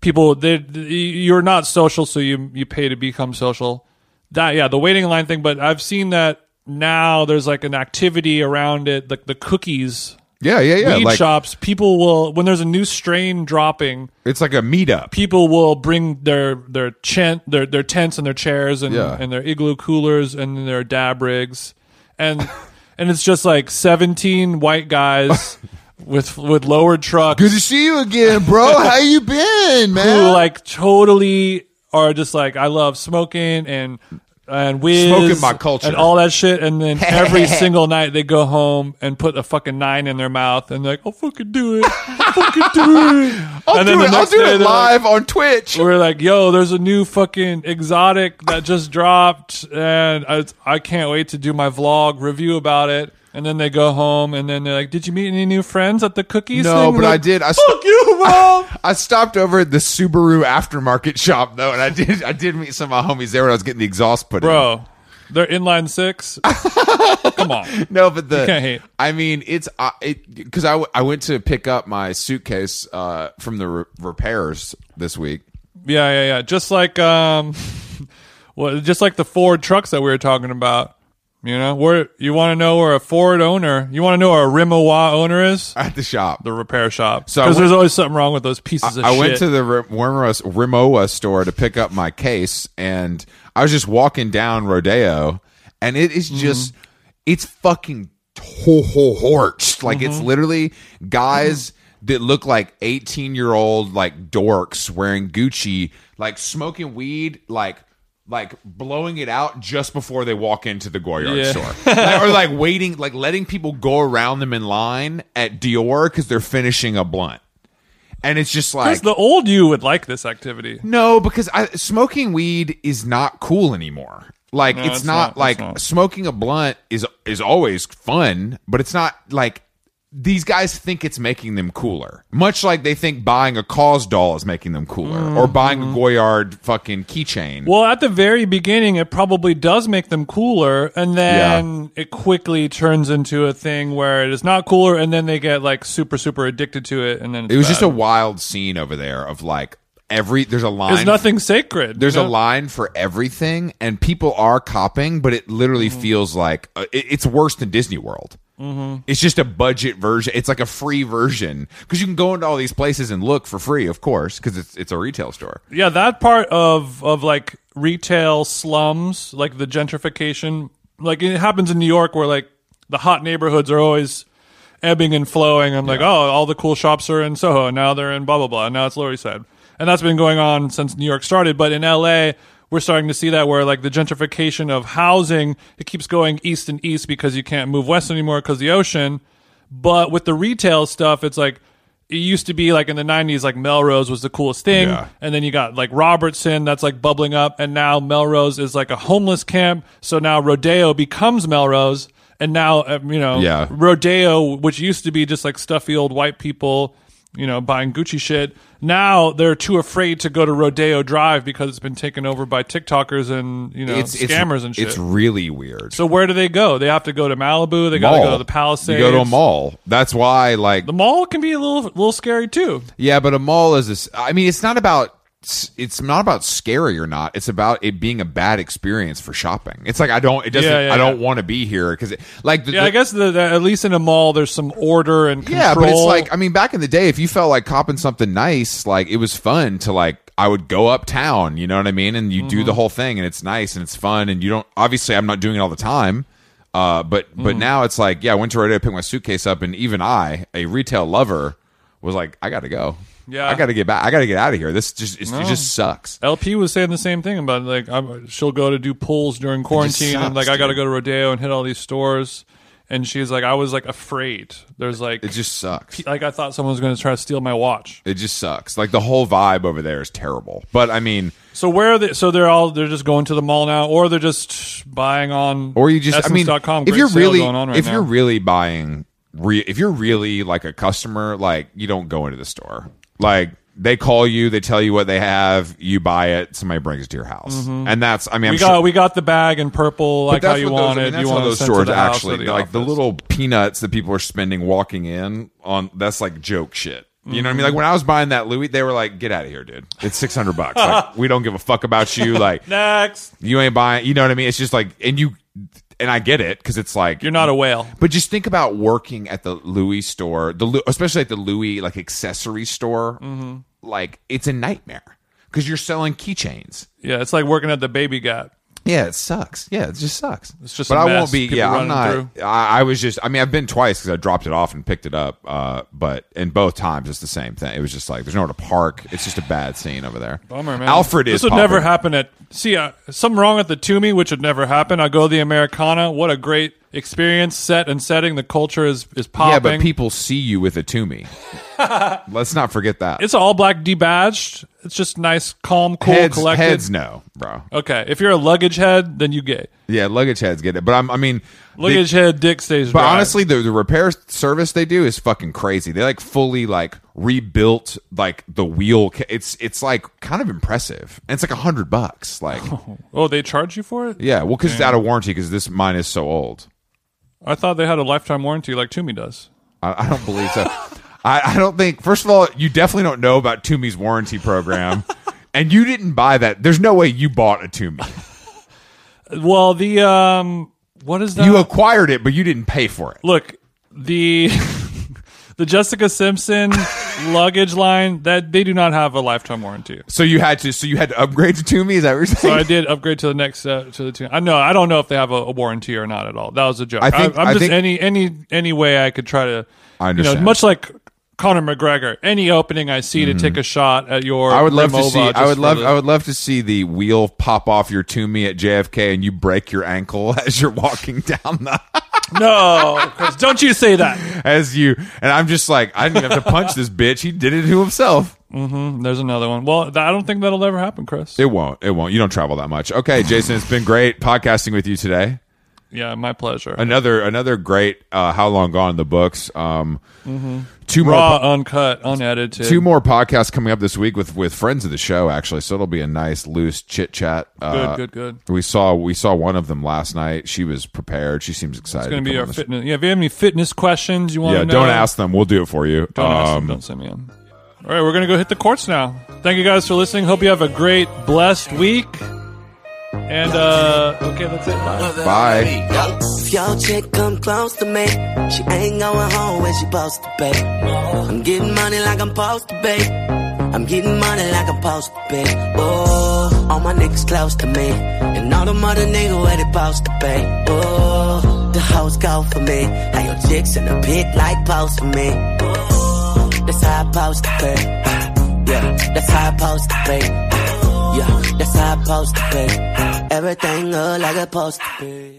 S1: people they you're not social, so you you pay to become social. That yeah, the waiting line thing. But I've seen that now. There's like an activity around it, like the cookies
S2: Yeah, yeah, yeah.
S1: weed
S2: like
S1: shops, people will when there's a new strain dropping,
S2: it's like a meetup.
S1: people will bring their their tent their their tents and their chairs and
S2: Yeah.
S1: and their igloo coolers and their dab rigs, and and it's just like seventeen white guys with with lowered trucks
S2: Good to see you again, bro. How you been, man?
S1: who like totally are just like I love smoking and. And whiz
S2: Smoking my culture.
S1: and all that shit, and then every single night they go home and put a fucking nine in their mouth, and they're like, "I'll fucking do it, I'll fucking do it."
S2: I'll
S1: and then
S2: do
S1: the
S2: it. I'll
S1: next
S2: do
S1: day they're
S2: it
S1: like-
S2: live on Twitch.
S1: we're like, yo, there's a new fucking exotic that just dropped, and I, I can't wait to do my vlog review about it. And then they go home, and then they're like, did you meet any new friends at the cookies?
S2: No,
S1: thing?
S2: but
S1: Like,
S2: I did. I
S1: Fuck you, mom.
S2: I stopped over at the Subaru aftermarket shop though, and I did. I did meet some of my homies there when I was getting the exhaust put in.
S1: Bro, they're inline six. Come on.
S2: No, but the
S1: can't hate.
S2: I mean, it's I it because I, w- I went to pick up my suitcase uh, from the re- repairs this week.
S1: Yeah, yeah, yeah. Just like um, well, just like the Ford trucks that we were talking about. You know, where you want to know where a Ford owner, you want to know where a Rimowa owner is?
S2: at the shop.
S1: The repair shop.
S2: I
S1: Because
S2: went-
S1: there's always something wrong with those pieces of
S2: I
S1: shit.
S2: went to the Ri- Rimowa Rimowa store to pick up my case, and I was just walking down Rodeo, and it
S1: Mm-hmm.
S2: is just, it's fucking ho- ho- horched. Like, it's
S1: Mm-hmm.
S2: literally guys that look like 18 year old, like dorks wearing Gucci, like smoking weed, like. Like blowing it out just before they walk into the Goyard
S1: Yeah.
S2: store, Like, or like waiting, like letting people go around them in line at Dior because they're finishing a blunt, and it's just like
S1: Because the old you would like this activity.
S2: no, because I, smoking weed is not cool anymore. Like it's,
S1: it's not,
S2: not,
S1: it's
S2: like
S1: not.
S2: smoking a blunt is is always fun, but it's not like these guys think it's making them cooler. Much like they think buying a cause doll is making them cooler,
S1: Mm-hmm.
S2: or buying a Goyard fucking keychain.
S1: Well, at the very beginning, it probably does make them cooler, and then it quickly turns into a thing where it is not cooler, and then they get like super, super addicted to it, and then it's
S2: it was
S1: bad.
S2: just a wild scene over there of like every there's a line.
S1: There's nothing sacred.
S2: there's
S1: you
S2: a
S1: know?
S2: line for everything, and people are copping, but it literally
S1: Mm-hmm.
S2: feels like uh, it, it's worse than Disney World. Mm-hmm. It's just a budget version. It's like a free version because you can go into all these places and look for free, of course, because it's it's a retail store.
S1: Yeah, that part of of like retail slums, like the gentrification, like it happens in New York where like the hot neighborhoods are always ebbing and flowing. I'm like, oh, all the cool shops are in Soho, now they're in blah blah blah. Now it's Lower East Side, and that's been going on since New York started. But in L.A., we're starting to see that where like the gentrification of housing, it keeps going east and east because you can't move west anymore because the ocean. But with the retail stuff, it's like it used to be like in the 90s, like Melrose was the coolest thing.
S2: Yeah.
S1: And then you got like Robertson that's like bubbling up. And now Melrose is like a homeless camp. So now Rodeo becomes Melrose. And now, um, you know,
S2: Yeah.
S1: Rodeo, which used to be just like stuffy old white people you know, buying Gucci shit. Now they're too afraid to go to Rodeo Drive because it's been taken over by TikTokers and you know
S2: It's
S1: scammers
S2: it's,
S1: and shit.
S2: It's really weird.
S1: so where do they go? They have to go to Malibu. They got to
S2: Mall.
S1: go to the Palisades.
S2: You go to a mall. That's why, like,
S1: The mall can be a little little scary too.
S2: yeah, but a mall is this. I mean, it's not about. It's not about scary or not. It's about it being a bad experience for shopping. It's like I don't. It doesn't.
S1: Yeah, yeah,
S2: I don't want to be here because, like, the,
S1: Yeah,
S2: the-
S1: I guess the, the, at least in a mall there's some order and control.
S2: Yeah, but it's like I mean, back in the day, if you felt like copping something nice, like it was fun to like I would go uptown, you know what I mean, and you do
S1: Mm-hmm.
S2: the whole thing, and it's nice and it's fun, and you don't obviously I'm not doing it all the time, uh, but
S1: Mm-hmm.
S2: but now it's like yeah, I went to Rodeo, picked my suitcase up, and even I, a retail lover, was like I got to go,
S1: Yeah.
S2: I got to get back, I got to get out of here. This just it's, it just sucks.
S1: LP was saying the same thing about like I'm, she'll go to do pulls during quarantine and
S2: sucks,
S1: like I got to
S2: dude.
S1: go to Rodeo and hit all these stores, and she's like I was like afraid. There's like
S2: It just sucks.
S1: like I thought someone was going to try to steal my watch.
S2: It just sucks. Like the whole vibe over there is terrible. But I mean.
S1: So where are they? So they're all they're just going to the mall now, or they're just buying on
S2: or you just I mean
S1: Essence.com.
S2: if
S1: Great
S2: you're
S1: sale
S2: really
S1: going on right
S2: if
S1: now.
S2: you're really buying re- if you're really like a customer like you don't go into the store like they call you they tell you what they have you buy it somebody brings it to your house and that's I mean
S1: Mm-hmm. we
S2: I'm
S1: got
S2: sure,
S1: we got the bag in purple like
S2: but
S1: how
S2: that's
S1: you
S2: what those,
S1: wanted.
S2: I mean, that's
S1: you
S2: how
S1: want
S2: those
S1: sent to
S2: stores
S1: the house or
S2: actually
S1: the
S2: like the
S1: office.
S2: little peanuts that people are spending walking in on that's like joke shit. You know what I mean? Like when I was buying that Louis, they were like, "Get out of here, dude! It's six hundred bucks. Like, we don't give a fuck about you. Like
S1: next.
S2: you ain't buying. You know what I mean? It's just like, and you, and I get it because it's like
S1: You're not a whale.
S2: But just think about working at the Louis store, the Lou- especially at the Louis like accessory store. Like it's a nightmare because you're selling keychains.
S1: Yeah, it's like working at the Baby Gap.
S2: Yeah, it sucks. Yeah, it just sucks. It's
S1: just
S2: but
S1: a
S2: I
S1: mess,
S2: won't be.
S1: people
S2: Yeah, I'm
S1: running
S2: not. I, I was just. I mean, I've been twice because I dropped it off and picked it up. Uh, but in both times, it's the same thing. It was just like there's nowhere to park. It's just a bad scene over there.
S1: Bummer, man.
S2: Alfred is
S1: This would never
S2: popular.
S1: happen at. See, uh, something wrong at the Toomey, which would never happen. I go to the Americana. What a great experience, set and setting. The culture is is popping.
S2: Yeah, but people see you with a Toomey. Let's not forget that.
S1: it's all black debadged. It's just nice, calm, cool,
S2: heads,
S1: collected.
S2: heads, no, bro.
S1: Okay, if you're a luggage head, then you gay.
S2: Yeah, luggage heads get it, but I'm, I mean, the-
S1: Luggage head, dick stays.
S2: but
S1: dry.
S2: honestly, the, the repair service they do is fucking crazy. They like fully like rebuilt like the wheel. ca- It's it's like kind of impressive, and it's like a hundred bucks. Like,
S1: oh, they charge you for it.
S2: yeah, well, because it's out of warranty because this mine is so old.
S1: I thought they had a lifetime warranty, like Toomey does.
S2: I, I don't believe so. I, I don't think. First of all, you definitely don't know about Toomey's warranty program, and you didn't buy that. There's no way you bought a Toomey.
S1: Well, the um, what is that?
S2: You acquired it, but you didn't pay for it.
S1: look the the Jessica Simpson luggage line that they do not have a lifetime warranty.
S2: So you had to. So you had to upgrade to Toomey. Is that what you're
S1: So
S2: saying?
S1: I did upgrade to the next uh, to the two. I know I don't know if they have a, a warranty or not at all. That was a joke. I
S2: I think-
S1: am
S2: I
S1: just
S2: think-
S1: any any any way I could try to.
S2: I
S1: You know,
S2: understand.
S1: much like Conor McGregor, any opening I see to take a shot at your,
S2: Mm-hmm. I would love to
S1: Remova
S2: see.
S1: just
S2: I would
S1: for
S2: love.
S1: the-
S2: I would love to see the wheel pop off your Toomey at JFK, and you break your ankle as you're walking down the
S1: no, Chris, don't you say that.
S2: as you. And I'm just like, I didn't even have to punch this bitch. He did it to himself.
S1: There's another one. Well, th- I don't think that'll ever happen, Chris.
S2: It won't. It won't. You don't travel that much. Okay, Jason, it's been great podcasting with you today.
S1: yeah, my pleasure.
S2: Another another great. Uh, How long gone in the books? Um, two more.
S1: Mm-hmm. Raw, uncut, unedited.
S2: Two more podcasts coming up this week with with friends of the show actually, so it'll be a nice loose chit chat. Uh,
S1: good, good.
S2: We saw we saw one of them last night. She was prepared. She seems excited.
S1: It's going
S2: to
S1: to be
S2: come
S1: our
S2: on the show.
S1: fitness. Yeah, if you have any fitness questions you want
S2: Yeah,
S1: to know,
S2: don't ask them. We'll do it for you.
S1: Don't ask them.
S2: Um,
S1: Don't send me in. All right, we're going to go hit the courts now. Thank you guys for listening. Hope you have a great, blessed week. And, uh, okay, that's it. Bye.
S2: Bye.
S3: If your chick come close to me, she ain't going home when she supposed to be. I'm getting money like I'm supposed to be. I'm getting money like I'm supposed to be. Oh, all my niggas close to me, and all the mother niggas where they supposed to be. Oh, the hoes go for me. How your chicks in the pit like post for me. Oh, that's how I post to be. Yeah, that's how I post to be. Yeah, that's how I post to be. Everything look like I supposed to be.